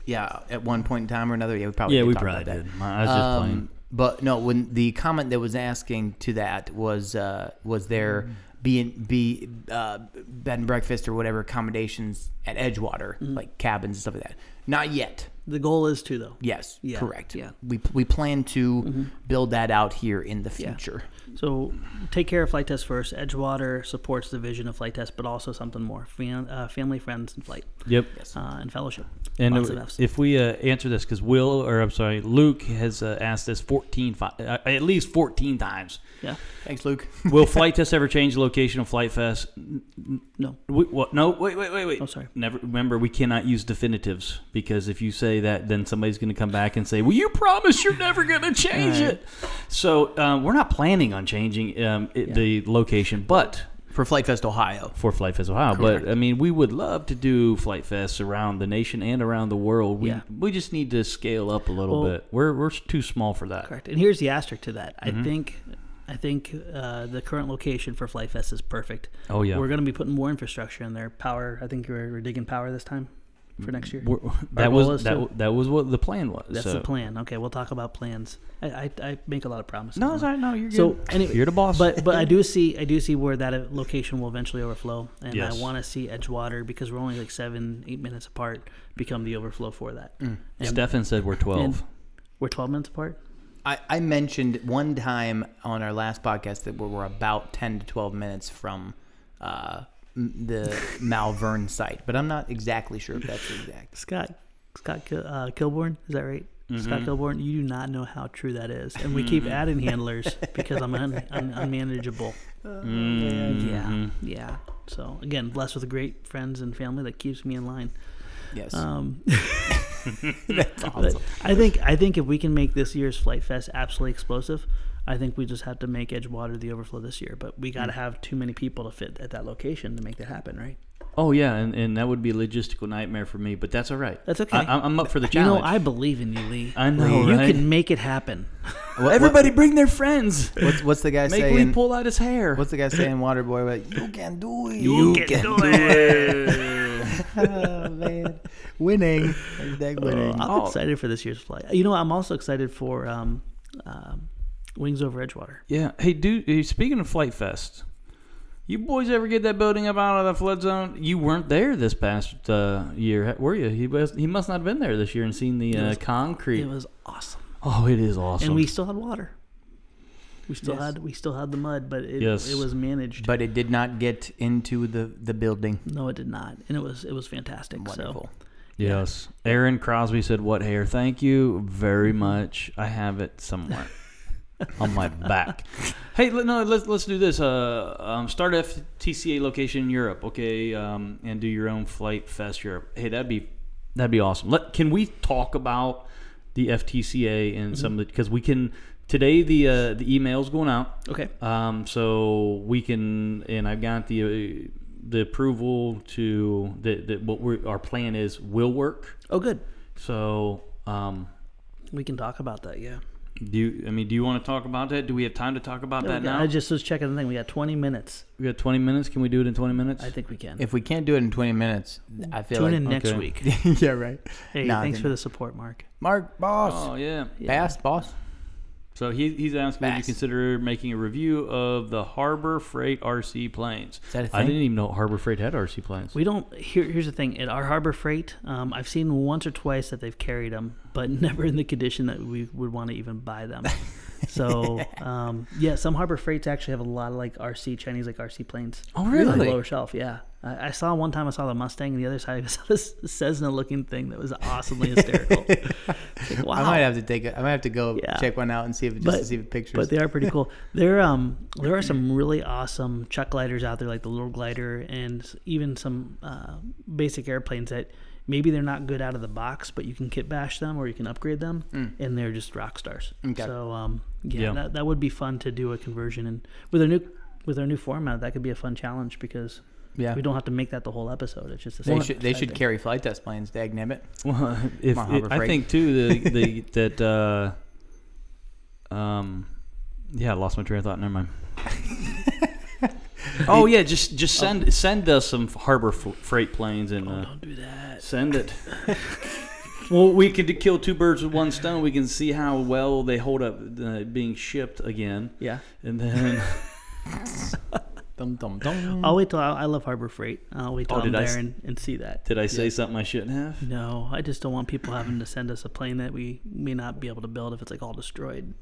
yeah, at one point in time or another, yeah, we probably
yeah,
did
we
talk oh, about
probably
that.
did. I was just
Um,
playing.
But no, when the comment that was asking to that was uh, was there
Mm.
be be uh, bed and breakfast or whatever accommodations at Edgewater,
Mm-hmm.
like cabins and stuff like that. Not yet.
The goal is to though.
Yes,
Yeah,
correct.
yeah. Mm-hmm.
we we plan to build that out here in the
Yeah.
future.
So take care of Flight Test first. Edgewater supports the vision of Flight Test, but also something more: Fam- uh, family, friends, and flight,
Yep.
uh, and fellowship.
And
Lots of
if-
Fs.
if we uh, answer this, because Will, or I'm sorry, Luke has uh, asked this 14, fi- uh, at least 14 times.
yeah.
Thanks, Luke.
Will Flight Test ever change the location of Flight Fest?
No.
We, what? No, wait, wait, wait, wait.
Oh, sorry.
Never remember. We cannot use definitives because if you say that, then somebody's going to come back and say, "Well, you promise you're never going to change it." So um, we're not planning on changing um, it, the location, but
For Flight Fest Ohio.
for Flight Fest Ohio.
Correct.
But I mean, we would love to do Flight Fests around the nation and around the world. We
Yeah.
we just need to scale up a little
Well-
bit. We're we're too small for that.
Correct. And here's the asterisk to that. I think, I think uh, the current location for Flight Fest is perfect.
Oh, yeah.
We're going to be putting more infrastructure in there. Power. I think we're, we're digging power this time for next year.
We're,
Our
that
goal
was
is
that,
to-
w- that was what the plan was.
That's
so.
the plan. Okay, we'll talk about plans. I, I, I make a lot of promises.
No,
don't
it's
I?
all right. No, you're
So
good.
anyway,
You're the boss.
But but I do see I do see where that uh, location will eventually overflow, and
Yes.
I want to see Edgewater because we're only like seven eight minutes apart become the overflow for that.
Mm.
And,
Stefan said we're
and
12.
we're twelve minutes apart.
I, I mentioned one time on our last podcast that we were about 10 to 12 minutes from uh, m- the Malvern site, but I'm not exactly sure if that's exact.
Scott Scott Kil- uh, Kilborn is that right? Scott
Mm-hmm.
Kilborn, you do not know how true that is, and we keep adding handlers because I'm un- un- unmanageable.
Oh,
Mm-hmm.
Yeah, yeah. So again, blessed with great friends and family that keeps me in line.
Yes.
Um,
that's
But
awesome.
I think I think if we can make this year's Flight Fest absolutely explosive, I think we just have to make Edgewater the overflow this year. But we
Mm.
got to have too many people to fit at that location to make that happen, right?
Oh yeah, and, and that would be a logistical nightmare for me, but that's all right.
That's okay.
I, I'm- I'm up for the
You know,
challenge.
I believe in you, Lee.
I know,
you
right?
can make it happen.
What- what-
Everybody bring their friends.
what's, what's the guy
Make Lee
saying?
pull out his hair.
What's the guy saying, Waterboy? About, you can do it.
do it.
Oh, man. Winning. Hashtag winning.
uh,
Oh.
I'm excited for this year's flight. You know, I'm also excited for um, um, Wings Over Edgewater.
Yeah. Hey, dude. hey, Speaking of Flight Fest, you boys ever get that building up out of the flood zone? You weren't there this past uh, year, were you? He was. He must not have been there this year and seen the uh,
was-
concrete.
It was awesome,
oh, it is awesome.
and we still had water. We still
Yes.
had we still had the mud, but it,
Yes.
it was managed.
But it did not get into the, the building.
No, it did not, and it was it was fantastic.
Wonderful.
yes. Aaron Crosby said, "What hair? Thank you very much. I have it somewhere." on my back. Hey, let- no, let's let's do this. Uh, um, start a TCA location in Europe, okay, um, and do your own flight fest Europe. Hey, that'd be that'd be awesome. Let can we talk about the FTCA and some of the because we can today the uh, the email's going out.
So okay,
Um, so we can, and I've got the uh, the approval to that that what we're, our plan is will work.
oh good,
So, um,
we can talk about that. Yeah,
do you? I mean, do you want to talk about that? Do we have time to talk about that now?
I just was checking the thing. We got 20 minutes.
We got 20 minutes. Can we do it in 20 minutes?
I think we can.
If we can't do it in 20 minutes, I feel
Tune
like.
in next
okay.
week.
yeah, right.
Hey,
No, I
thanks
think-
for the support, Mark.
Mark, boss.
Oh yeah.
Bass, boss.
So he, he's asking, would you
Fast.
consider making a review of the Harbor Freight RC planes?
that a
I
thing?
didn't even know Harbor Freight had RC planes.
We don't. Here, here's the thing. At our Harbor Freight, um, I've seen once or twice that they've carried them, but never in the condition that we would want to even buy them. So um, yeah, some Harbor Freights actually have a lot of like RC Chinese like RC planes.
Oh,
On the
really?
lower shelf, yeah. I, I saw one time I saw the Mustang, and the other side I saw this Cessna looking thing that was awesomely hysterical. It's like, wow.
I might have to take it. I might have to go
Yeah.
check one out and see if just to see the pictures.
But they are pretty cool. There, um, there are some really awesome chuck gliders out there, like the little glider, and s- even some uh, basic airplanes that maybe they're not good out of the box, but you can kit bash them or you can upgrade them,
Mm,
and they're just rock stars.
Okay.
So, um, yeah,
Yeah.
That, that would be fun to do a conversion, and with our new with our new format, that could be a fun challenge because
yeah,
we don't have to make that the whole episode. It's just a
They
separate
should they
side
should
thing.
carry flight test planes. Dag nabbit.
Well, if,
My Harbor
I
Freight.
think too the, the that uh, um, yeah, I lost my train of thought. Never mind. oh yeah, just just send send us some harbor f- freight planes and uh,
Don't do that.
send it. well, we could kill two birds with one stone. We can see how well they hold up uh, being shipped again,
Yeah.
and then
Dum dum dum.
I'll wait till I, I love Harbor Freight. I'll wait till
Oh,
I'm
did I
there
s-
and, and see that.
did I say something I shouldn't have?
No, I just don't want people having to send us a plane that we may not be able to build if it's like all destroyed.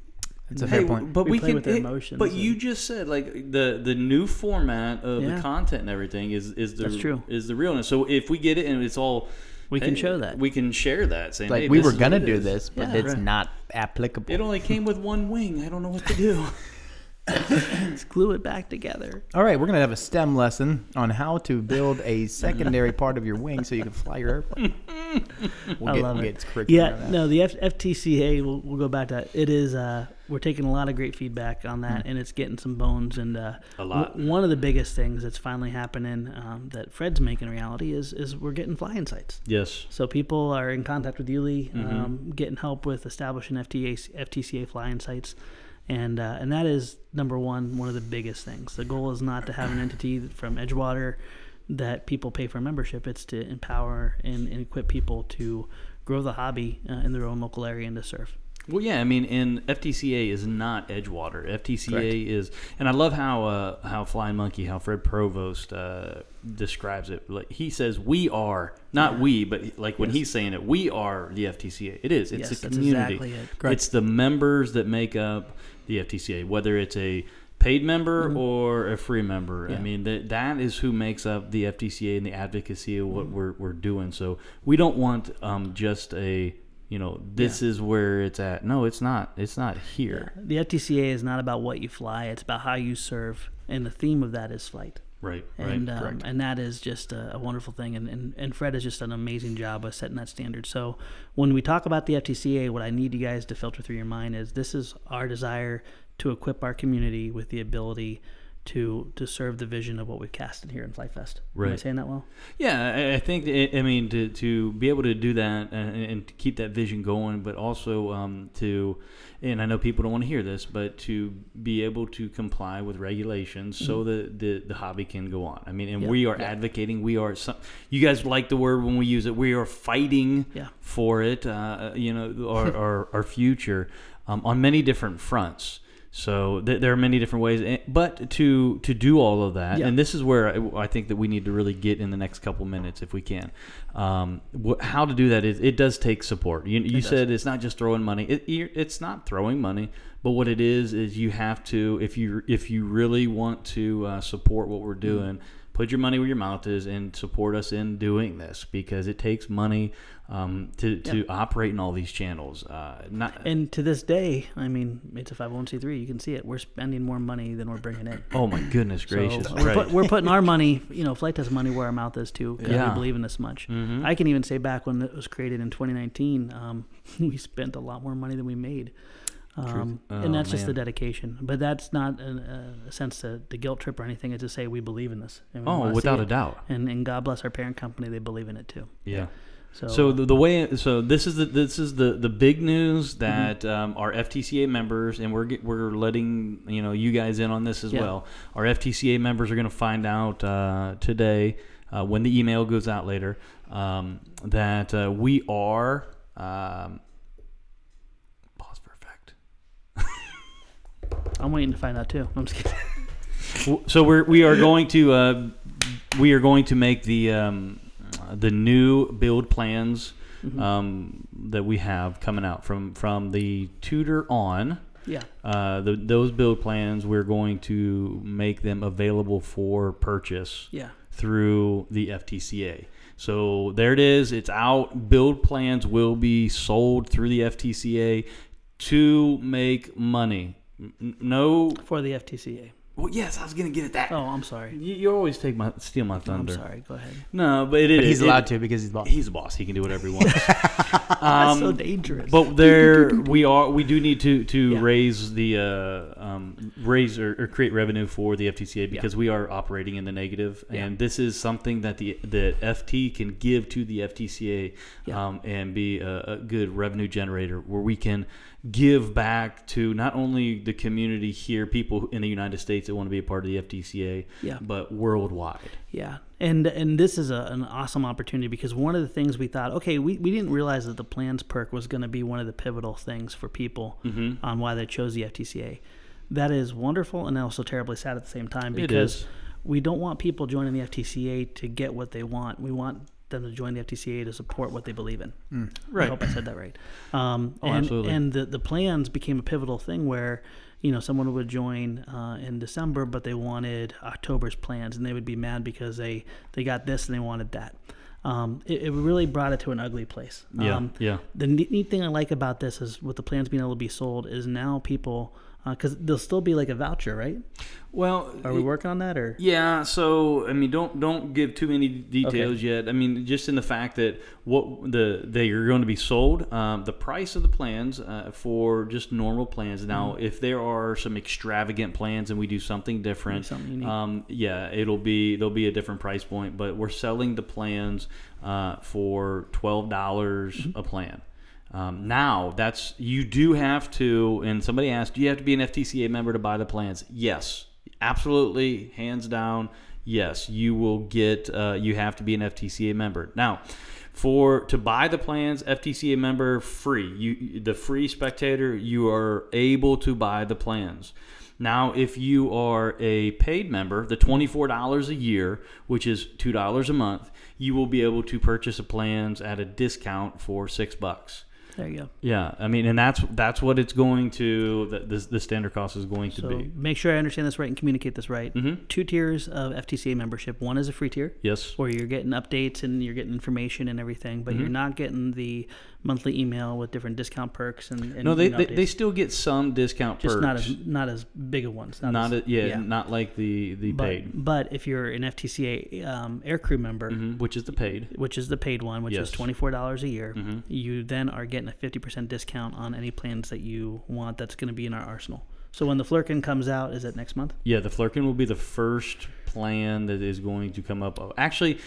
That's a fair point.
But
We
we,
play
can.
with their
it-
emotions
but
and-
you just said like the the new format of
Yeah.
the content and everything is is the
That's true.
is the realness. So if we get it and it's all,
We can show that.
We can share that. Saying
like
"Hey,
we
this
were
is
gonna
what it
do
is."
this, but
Yeah.
it's
Right.
not applicable.
It only came with one wing. I don't know what to do.
Let's glue it back together.
All right, we're gonna have a STEM lesson on how to build a secondary part of your wing so you can fly your airplane. We'll
I
get,
love
we'll
it.
get curriculum
Yeah,
on that.
no, the F- FTCA. We'll, we'll go back to that. It is. Uh, we're taking a lot of great feedback on that, and it's getting some bones. And uh,
Hmm. A lot.
w- one of the biggest things that's finally happening um, that Fred's making reality is is we're getting flying sites.
yes.
So people are in contact with Yuli, um, getting help with establishing FTA, FTCA flying sites, and uh, and that is number one, one of the biggest things. The goal is not to have an entity from Edgewater that people pay for membership. It's to empower and, and equip people to grow the hobby uh, in their own local area and to serve.
Well, yeah, I mean, and FTCA is not Edgewater. FTCA
Correct.
is, and I love how uh, how Flying Monkey, how Fred Provost uh, describes it. Like, he says, "We are not we, but like when he's saying it, we are the FTCA. It is. It's
Yes,
a
that's
community.
exactly it.
It's the members that make up the FTCA, whether it's a paid member
Mm-hmm.
or a free member. I mean, that that is who makes up the FTCA and the advocacy of
Mm-hmm.
what we're we're doing. So we don't want um, just a you know this is where it's at. No, it's not. It's not here.
The FTCA is not about what you fly; it's about how you serve, and the theme of that is flight.
Right. Right.
and um, and that is just a, a wonderful thing. And, and and Fred has just done an amazing job of setting that standard. So when we talk about the FTCA, what I need you guys to filter through your mind is this is our desire to equip our community with the ability to to serve the vision of what we've casted here in Flight Fest. Am I
Right.
saying that well?
Yeah, I- I think eh, I I mean to, to be able to do that uh, and, and to keep that vision going, but also um, to, and I know people don't want to hear this, but to be able to comply with regulations
Mm-hmm.
so that the, the hobby can go on. I mean, and we are advocating. We are some. You guys like the word when we use it. We are fighting
Yeah.
for it. Uh, you know, our our, our future um, on many different fronts. So th- there are many different ways, and- but to to do all of that,
Yeah.
and this is where I, I think that we need to really get in the next couple minutes, if we can, um, wh- how to do that is it does take support. You, you said it's not just throwing money; it, you're- it's not throwing money, but what it is is you have to if you if you really want to uh, support what
Mm-hmm.
we're doing, put your money where your mouth is and support us in doing this because it takes money um, to to operate in all these channels. Uh, not
And to this day, I mean, it's a 501c3. You can see it. We're spending more money than we're bringing in.
oh my goodness gracious!
So we're,
right.
put, we're putting our money, you know, flight test money where our mouth is too, because
Yeah. Mm-hmm.
we believe in this much. I can even say back when it was created in 2019, um, we spent a lot more money than we made. Um, and
Oh,
that's just the
man.
dedication. But that's not a, a sense to the guilt trip or anything. It's to say we believe in this. And we
Oh,
wanna see
without
it.
a doubt.
And, and God bless our parent company. They believe in it too.
yeah.
So, uh,
So the, the way so this is the this is the the big
Mm-hmm.
news that um, our FTCA members and we're get, we're letting you know you guys in on this as
Yeah.
well. Our FTCA members are going to find out uh, today uh, when the email goes out later um, that uh, we are um, pause for effect.
I'm waiting to find out too. I'm just kidding.
W- So we're we are going to uh, we are going to make the um, uh, the new build plans um, that we have coming out from from the Tudor on.
Yeah.
Uh, the, those build plans we're going to make them available for purchase
Yeah.
through the FTCA. So there it is. It's out. Build plans will be sold through the FTCA to make money. N- n- No.
For the FTCA.
Well, yes, I was gonna get at that.
Oh, I'm sorry.
You, you always take my steal my
I'm
thunder.
sorry. Go ahead.
No, but it is.
But he's
it-
allowed to because he's boss.
He's a boss. He can do whatever he wants. Um,
That's so dangerous.
But there, we are. We do need to to
Yeah.
raise the uh, um, raise or, or create revenue for the FTCA because we are operating in the negative, and this is something that the the FT can give to the FTCA
Yeah.
um, and be a, a good revenue generator where we can give back to not only the community here, people in the United States that want to be a part of the FTCA,
Yeah.
but worldwide.
Yeah, and and this is a, an awesome opportunity because one of the things we thought, okay, we, we didn't realize that the plans perk was going to be one of the pivotal things for people
Mm-hmm.
on why they chose the FTCA. That is wonderful and also terribly sad at the same time
It
because
is.
we don't want people joining the FTCA to get what they want. We want them to join the FTCA to support what they believe in. I
Right. Oh,
hope I said that right. Um, and,
absolutely.
And the, the plans became a pivotal thing where, you know, someone would join uh, in December, but they wanted October's plans, and they would be mad because they, they got this and they wanted that. Um, it, it really brought it to an ugly place.
Yeah,
Um,
yeah.
The neat, neat thing I like about this is with the plans being able to be sold is now people, because there'll still be like a voucher, right?
Well,
Are we working on that or?
Yeah, so I mean, don't don't give too many details yet. I mean, just in the fact that what the they are going to be sold, um, the price of the plans uh, for just normal plans. Now,
Mm-hmm.
if there are some extravagant plans and we do something different,
Something unique.
um, yeah, it'll be there'll be a different price point. But we're selling the plans uh, for twelve dollars a plan. Um, now that's you do have to, and somebody asked, do you have to be an FTCA member to buy the plans? Yes, absolutely, hands down. Yes, you will get. Uh, you have to be an FTCA member now. For to buy the plans, FTCA member free. You the free spectator, you are able to buy the plans. Now, if you are a paid member, the $24 a year, which is $2 a month, you will be able to purchase the plans at a discount for 6 bucks.
There you go.
Yeah, I mean, and that's that's what it's going to the, the, the standard cost is going to
So
be. Mm-hmm.
make sure I understand this right and communicate this right. Two tiers of FTCA membership. One is a free tier.
Yes.
where you're getting updates and you're getting information and everything, but you're
Mm-hmm.
not getting the monthly email with different discount perks and, and
No, they,
you know,
they,
updates.
they still get some discount
just
perks.
not as not as big of ones. Not,
not
as,
a, yeah, not like the the
but,
paid,
But if you're an FTCA um, aircrew member,
Mhm, which is the paid.
which is the paid one, which
Yes. Mm-hmm.
is twenty four dollars a year, you then are getting a fifty percent discount on any plans that you want. That's going to be in our arsenal. So when the Flurkin comes out, is it next month?
Yeah, the Flurkin will be the first plan that is going to come up. Actually,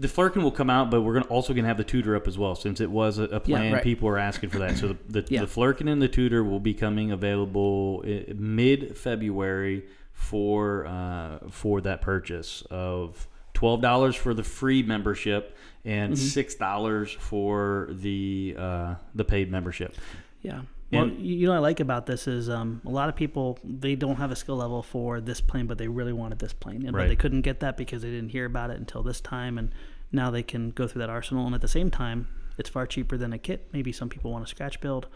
the Flurkin will come out, but we're gonna, also going to have the Tudor up as well, since it was a, a plan.
right.
People are asking for that, so the the,
Yeah.
the Flurkin and the Tudor will be coming available mid February for uh, for that purchase of. Twelve dollars for the free membership and six dollars for the uh, the paid membership.
Yeah. Well,
And-
you you know what I like about this is um, a lot of people they don't have a skill level for this plane, but they really wanted this plane, and but they
Right.
couldn't get that because they didn't hear about it until this time, and now they can go through that arsenal. And at the same time, it's far cheaper than a kit. Maybe some people want to scratch build,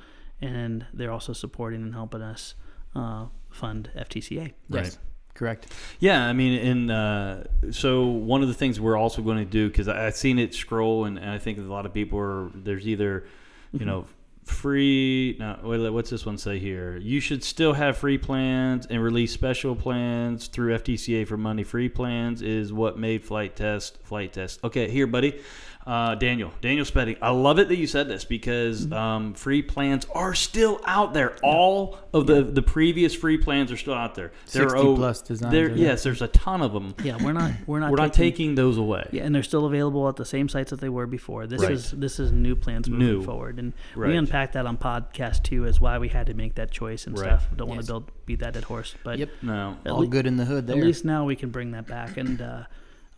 and they're also supporting and helping us uh, fund FTCA.
Right.
Yes. Correct.
Yeah, I mean, and uh, so one of the things we're also going to do because I've seen it scroll, and, and I think a lot of people are there's either, you know, free. No, wait, what's this one say here? You should still have free plans and release special plans through FTCA for money. Free plans is what made flight test flight test. Okay, here, buddy. Uh, Daniel, Daniel Spetting. I love it that you said this because um, free plans are still out there. All of the, the previous free plans are still out there. There
60
o-
plus designs
There,
are there.
yes, there's a ton of them.
Yeah, we're not we're not
We're not taking those away.
Yeah, and they're still available at the same sites that they were before. This
Right.
is this is new plans moving
New.
forward, and
Right.
we unpacked that on podcast two as why we had to make that choice and
Right.
stuff. Don't want to
Yes.
build beat that dead horse, but
Yep.
No.
at,
All
lea-
good in the hood
at
there.
least now we can bring that back. And uh,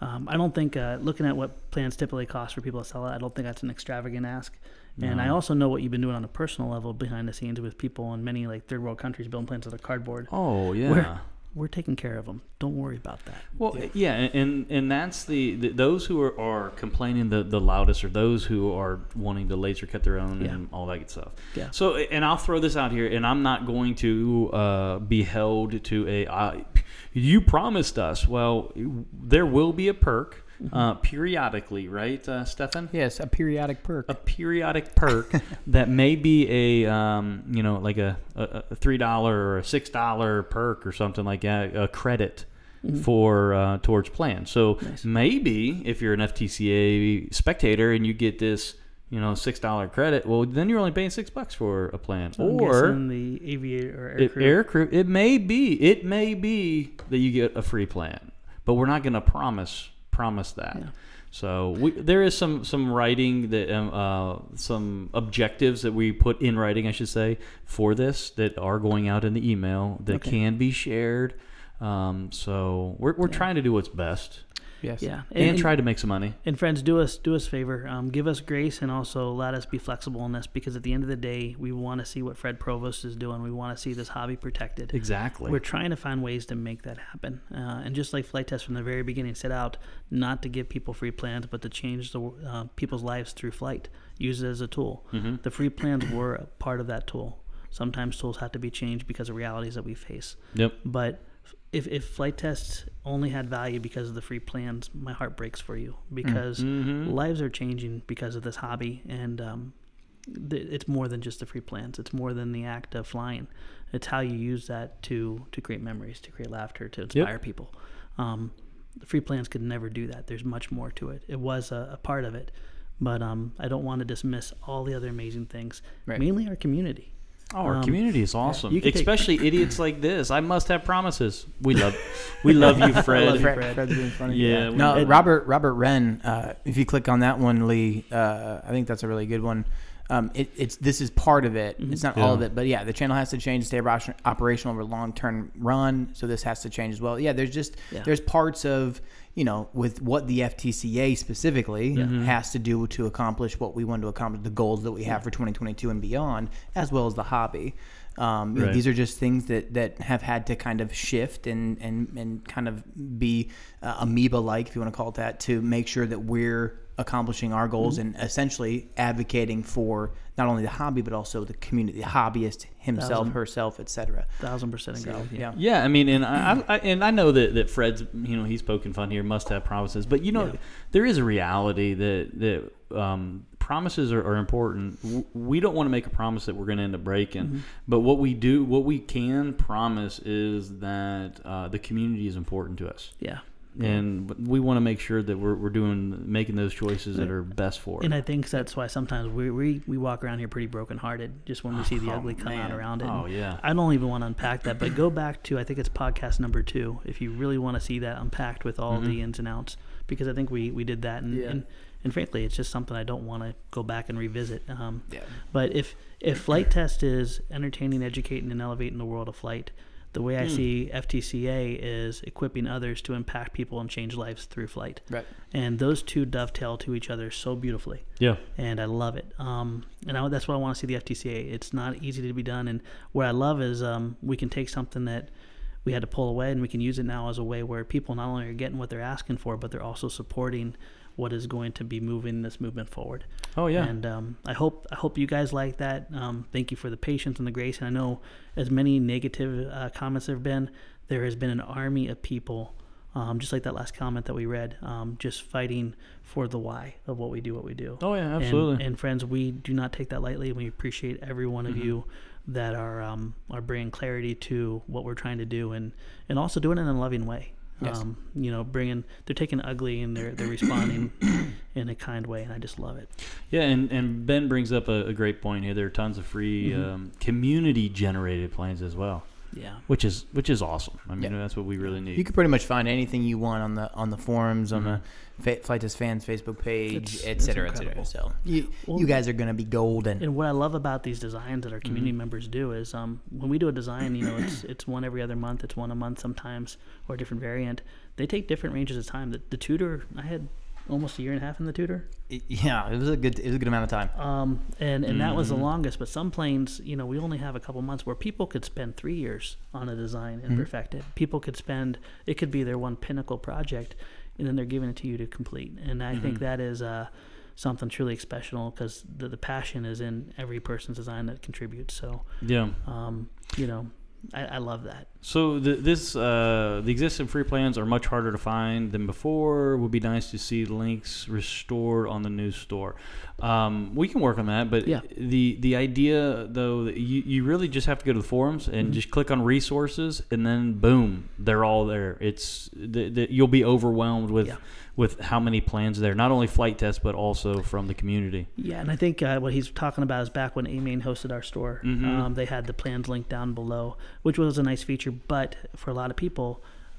um, I don't think uh, looking at what plans typically cost for people to sell it, I don't think that's an extravagant ask. And I also know what you've been doing on a personal level behind the scenes with people in many like third world countries building plans out of cardboard.
Oh yeah.
Where we're taking care of them. Don't worry about that.
Well, yeah, and, and and that's the, the those who are, are complaining the, the loudest are those who are wanting to laser cut their own
Yeah.
and all that good stuff.
Yeah.
So, and I'll throw this out here, and I'm not going to uh, be held to a. I, you promised us. Well, there will be a perk uh, periodically, right, uh, Stefan?
Yes, a periodic perk.
a periodic perk that may be a um, you know like a, a, a three dollar or a six dollar perk or something like that a credit
Mm-hmm.
for uh, towards plan so maybe if you're an ftca spectator and you get this you know six dollar credit well then you're only paying six bucks for a plan
I'm
or
guessing the aviator or air
if
crew.
air crew it may be it may be that you get a free plan but we're not going to promise promise that
Yeah.
so we, there is some some writing that um, uh, some objectives that we put in writing, I should say, for this that are going out in the email that
Okay.
can be shared. Um, so we're, we're trying to do what's best
yes.
yeah,
and, try to make some money.
And friends, do us do us a favor, um, give us grace, and also let us be flexible in this because at the end of the day, we want to see what Fred Provost is doing. We want to see this hobby protected.
Exactly.
We're trying to find ways to make that happen. Uh, and just like flight test from the very beginning set out, not to give people free plans, but to change the uh, people's lives through flight. Use it as a tool. The free plans were a part of that tool. Sometimes tools had to be changed because of realities that we face.
yep.
But if, if flight tests only had value because of the free plans, my heart breaks for you because
Mm, mm-hmm.
lives are changing because of this hobby, and um, th- it's more than just the free plans. It's more than the act of flying. It's how you use that to to create memories, to create laughter, to inspire people. Um, the free plans could never do that. There's much more to it. It was a, a part of it, but um, I don't want to dismiss all the other amazing things,
Right.
mainly our community.
Oh, our
Um,
community is awesome,
you can take-
especially idiots like this. I must have promises. We love, we love you, Fred.
love you, Fred.
Fred's being funny.
Yeah, we-
No,
It-
Robert Robert Wren. Uh, if you click on that one, Lee, uh, I think that's a really good one. Um, it, it's this is part of it. It's not all of
Yeah.
it, but yeah, the channel has to change to stay operation- operational over long term run. So this has to change as well. Yeah, there's just
Yeah.
there's parts of you know with what the FTCA specifically has to do to accomplish what we want to accomplish, the goals that we have for 2022 and beyond, as well as the hobby. Um, you know,
Right.
these are just things that, that have had to kind of shift and and, and kind of be uh, amoeba like, if you want to call it that, to make sure that we're accomplishing our goals and essentially advocating for not only the hobby but also the community, the hobbyist himself, herself, etc.
Thousand percent agree. with you.
Yeah.
Yeah, I mean, and I, I and I know that, that Fred's you know he's poking fun here, must have promises, but you know there is a reality that that um, promises are, are important. W- We don't want to make a promise that we're going to end up breaking,
Mm-hmm.
but what we do, what we can promise is that uh, the community is important to us,
yeah.
and we want to make sure that we're, we're doing making those choices that are best for.
And
it.
I think that's why sometimes we, we, we walk around here pretty brokenhearted just when we see the ugly come out
man.
around it.
Oh,
And
yeah.
I don't even want to unpack that, but go back to, I think it's podcast number two, if you really want to see that unpacked with all
Mm-hmm.
the ins and outs, because I think we, we did that. And,
Yeah.
and, and frankly, it's just something I don't want to go back and revisit. Um, But if, if Flight Test is entertaining, educating, and elevating the world of flight, the way I
Hmm.
see FTCA is equipping others to impact people and change lives through flight.
Right.
And those two dovetail to each other so beautifully
yeah,
and I love it. Um, and I, that's why I want to see the FTCA. It's not easy to be done, and what I love is um, we can take something that we had to pull away, and we can use it now as a way where people not only are getting what they're asking for, but they're also supporting what is going to be moving this movement forward.
oh yeah.
And um, I hope I hope you guys like that. Um, thank you for the patience and the grace. And I know as many negative uh, comments there have been, there has been an army of people, um, just like that last comment that we read, um, just fighting for the why of what we do, what we do.
Oh, yeah,
And-
absolutely.
And, friends, we do not take that lightly. We appreciate every one of you that are um, are bringing clarity to what we're trying to do, and and also doing it in a loving way.
Yes.
Um, you know, bringing they're taking ugly and they're they're responding in a kind way, and I just love it.
Yeah, and, and Ben brings up a, a great point here. There are tons of free
Mm-hmm.
um, community generated plans as well,
Yeah.
which is which is awesome. I mean,
Yeah.
that's what we really need.
You can pretty much find anything you want on the on the forums, on the Fa- Flight Test Fans Facebook page,
It's-
et
it's
cetera, et cetera.
incredible.
So you,
Well-
you guys are gonna be golden.
And what I love about these designs that our community members do is um, when we do a design, you know, it's it's one every other month, it's one a month sometimes, or a different variant. They take different ranges of time. The, the tutor, I had almost a year and a half in the tutor.
It- yeah, it was a good it was a good amount of time.
Um, and and that was the longest. But some planes, you know, we only have a couple months where people could spend three years on a design and perfect it. People could spend it could be their one pinnacle project, and then they're giving it to you to complete. And I think that is uh, something truly special because the, the passion is in every person's design that contributes. So,
Yeah.
um, you know, I, I love that.
So the, this uh, the existing free plans are much harder to find than before. Would be nice to see links restored on the new store. Um, we can work on that, but
Yeah.
the the idea though that you, you really just have to go to the forums and
Mm-hmm.
just click on resources, and then boom, they're all there. It's the, the, you'll be overwhelmed with
Yeah.
with how many plans there. Not only flight tests, but also from the community.
Yeah, and I think uh, what he's talking about is back when A-Main hosted our store.
Mhm.
Um, they had the plans linked down below, which was a nice feature. But for a lot of people,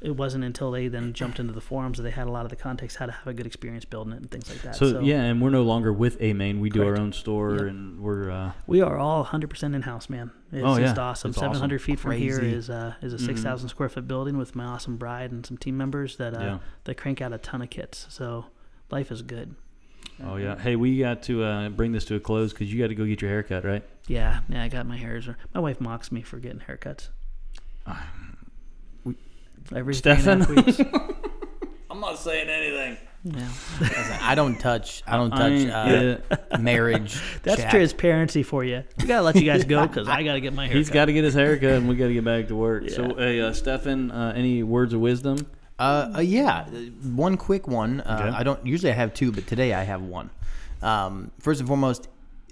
it wasn't until they then jumped into the forums that they had a lot of the context how to have a good experience building it and things like that.
So, yeah, and we're no longer with A Main. We do
Correct.
our own store,
Yeah.
and we're uh,
we are all 100% in-house, man. It's
Oh,
just
yeah.
awesome.
It's awesome. Mm-hmm.
700 feet from here
Crazy.
is uh, is a 6,000 square foot building with my awesome bride and some team members that uh,
Yeah.
that crank out a ton of kits. So life is good.
Oh yeah. Hey, we got to uh, bring this to a close because you got to go get your haircut, right?
Yeah, yeah. I got my hairs. My wife mocks me for getting haircuts. Um, Every three and a half
Stefan?
weeks.
I'm not saying anything.
Yeah.
I don't touch I don't
I
touch
ain't-
uh, marriage.
That's
chat.
transparency for you. We gotta let you guys go because I gotta get my hair.
He's got to get his haircut, and we got to get back to work.
Yeah.
So, hey, uh, Stefan, uh, any words of wisdom?
Uh, uh, yeah, uh, one quick one. Uh,
Okay.
I don't usually I have two, but today I have one. Um, first and foremost,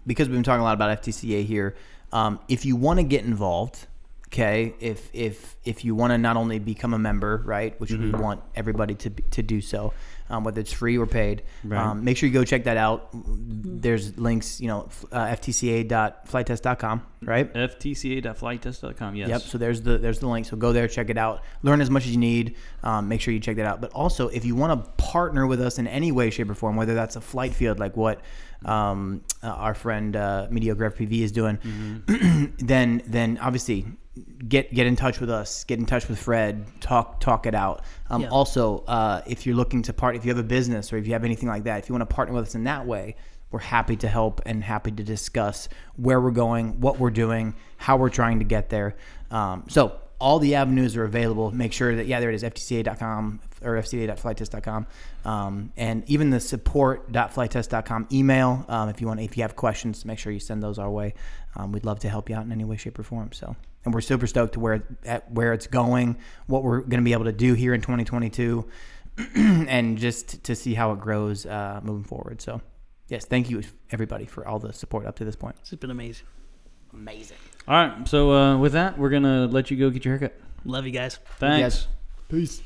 because we've been talking a lot about FTCA here, um, if you want to get involved, okay, if if if you want to not only become a member, right, which
Mm-hmm.
we want everybody to be- to do so, um, whether it's free or paid,
Right.
um, make sure you go check that out. There's links, you know, f- uh, FTCA.flighttest.com, right?
FTCA.flighttest.com. Yes.
Yep. So there's the there's the link. So go there, check it out, learn as much as you need. Um, make sure you check that out. But also, if you want to partner with us in any way, shape, or form, whether that's a flight field like what um, uh, our friend uh, Mediograph PV is doing, then then obviously get get in touch with us. Get in touch with Fred. Talk talk it out. Um,
Yeah.
Also, uh, if you're looking to part, if you have a business or if you have anything like that, if you want to partner with us in that way, we're happy to help and happy to discuss where we're going, what we're doing, how we're trying to get there. Um, so all the avenues are available. Make sure that yeah, there it is, ftca.com or fca.flighttest.com, um, and even the support.flighttest.com email. Um, if you want, if you have questions, make sure you send those our way. Um, we'd love to help you out in any way, shape, or form. So, and we're super stoked to where at where it's going, what we're going to be able to do here in 2022, and just to see how it grows uh, moving forward. So, yes, thank you everybody for all the support up to this point.
This has been amazing.
Amazing.
All right. So uh, with that, we're gonna let you go get your haircut.
Love you guys.
Thanks.
Peace.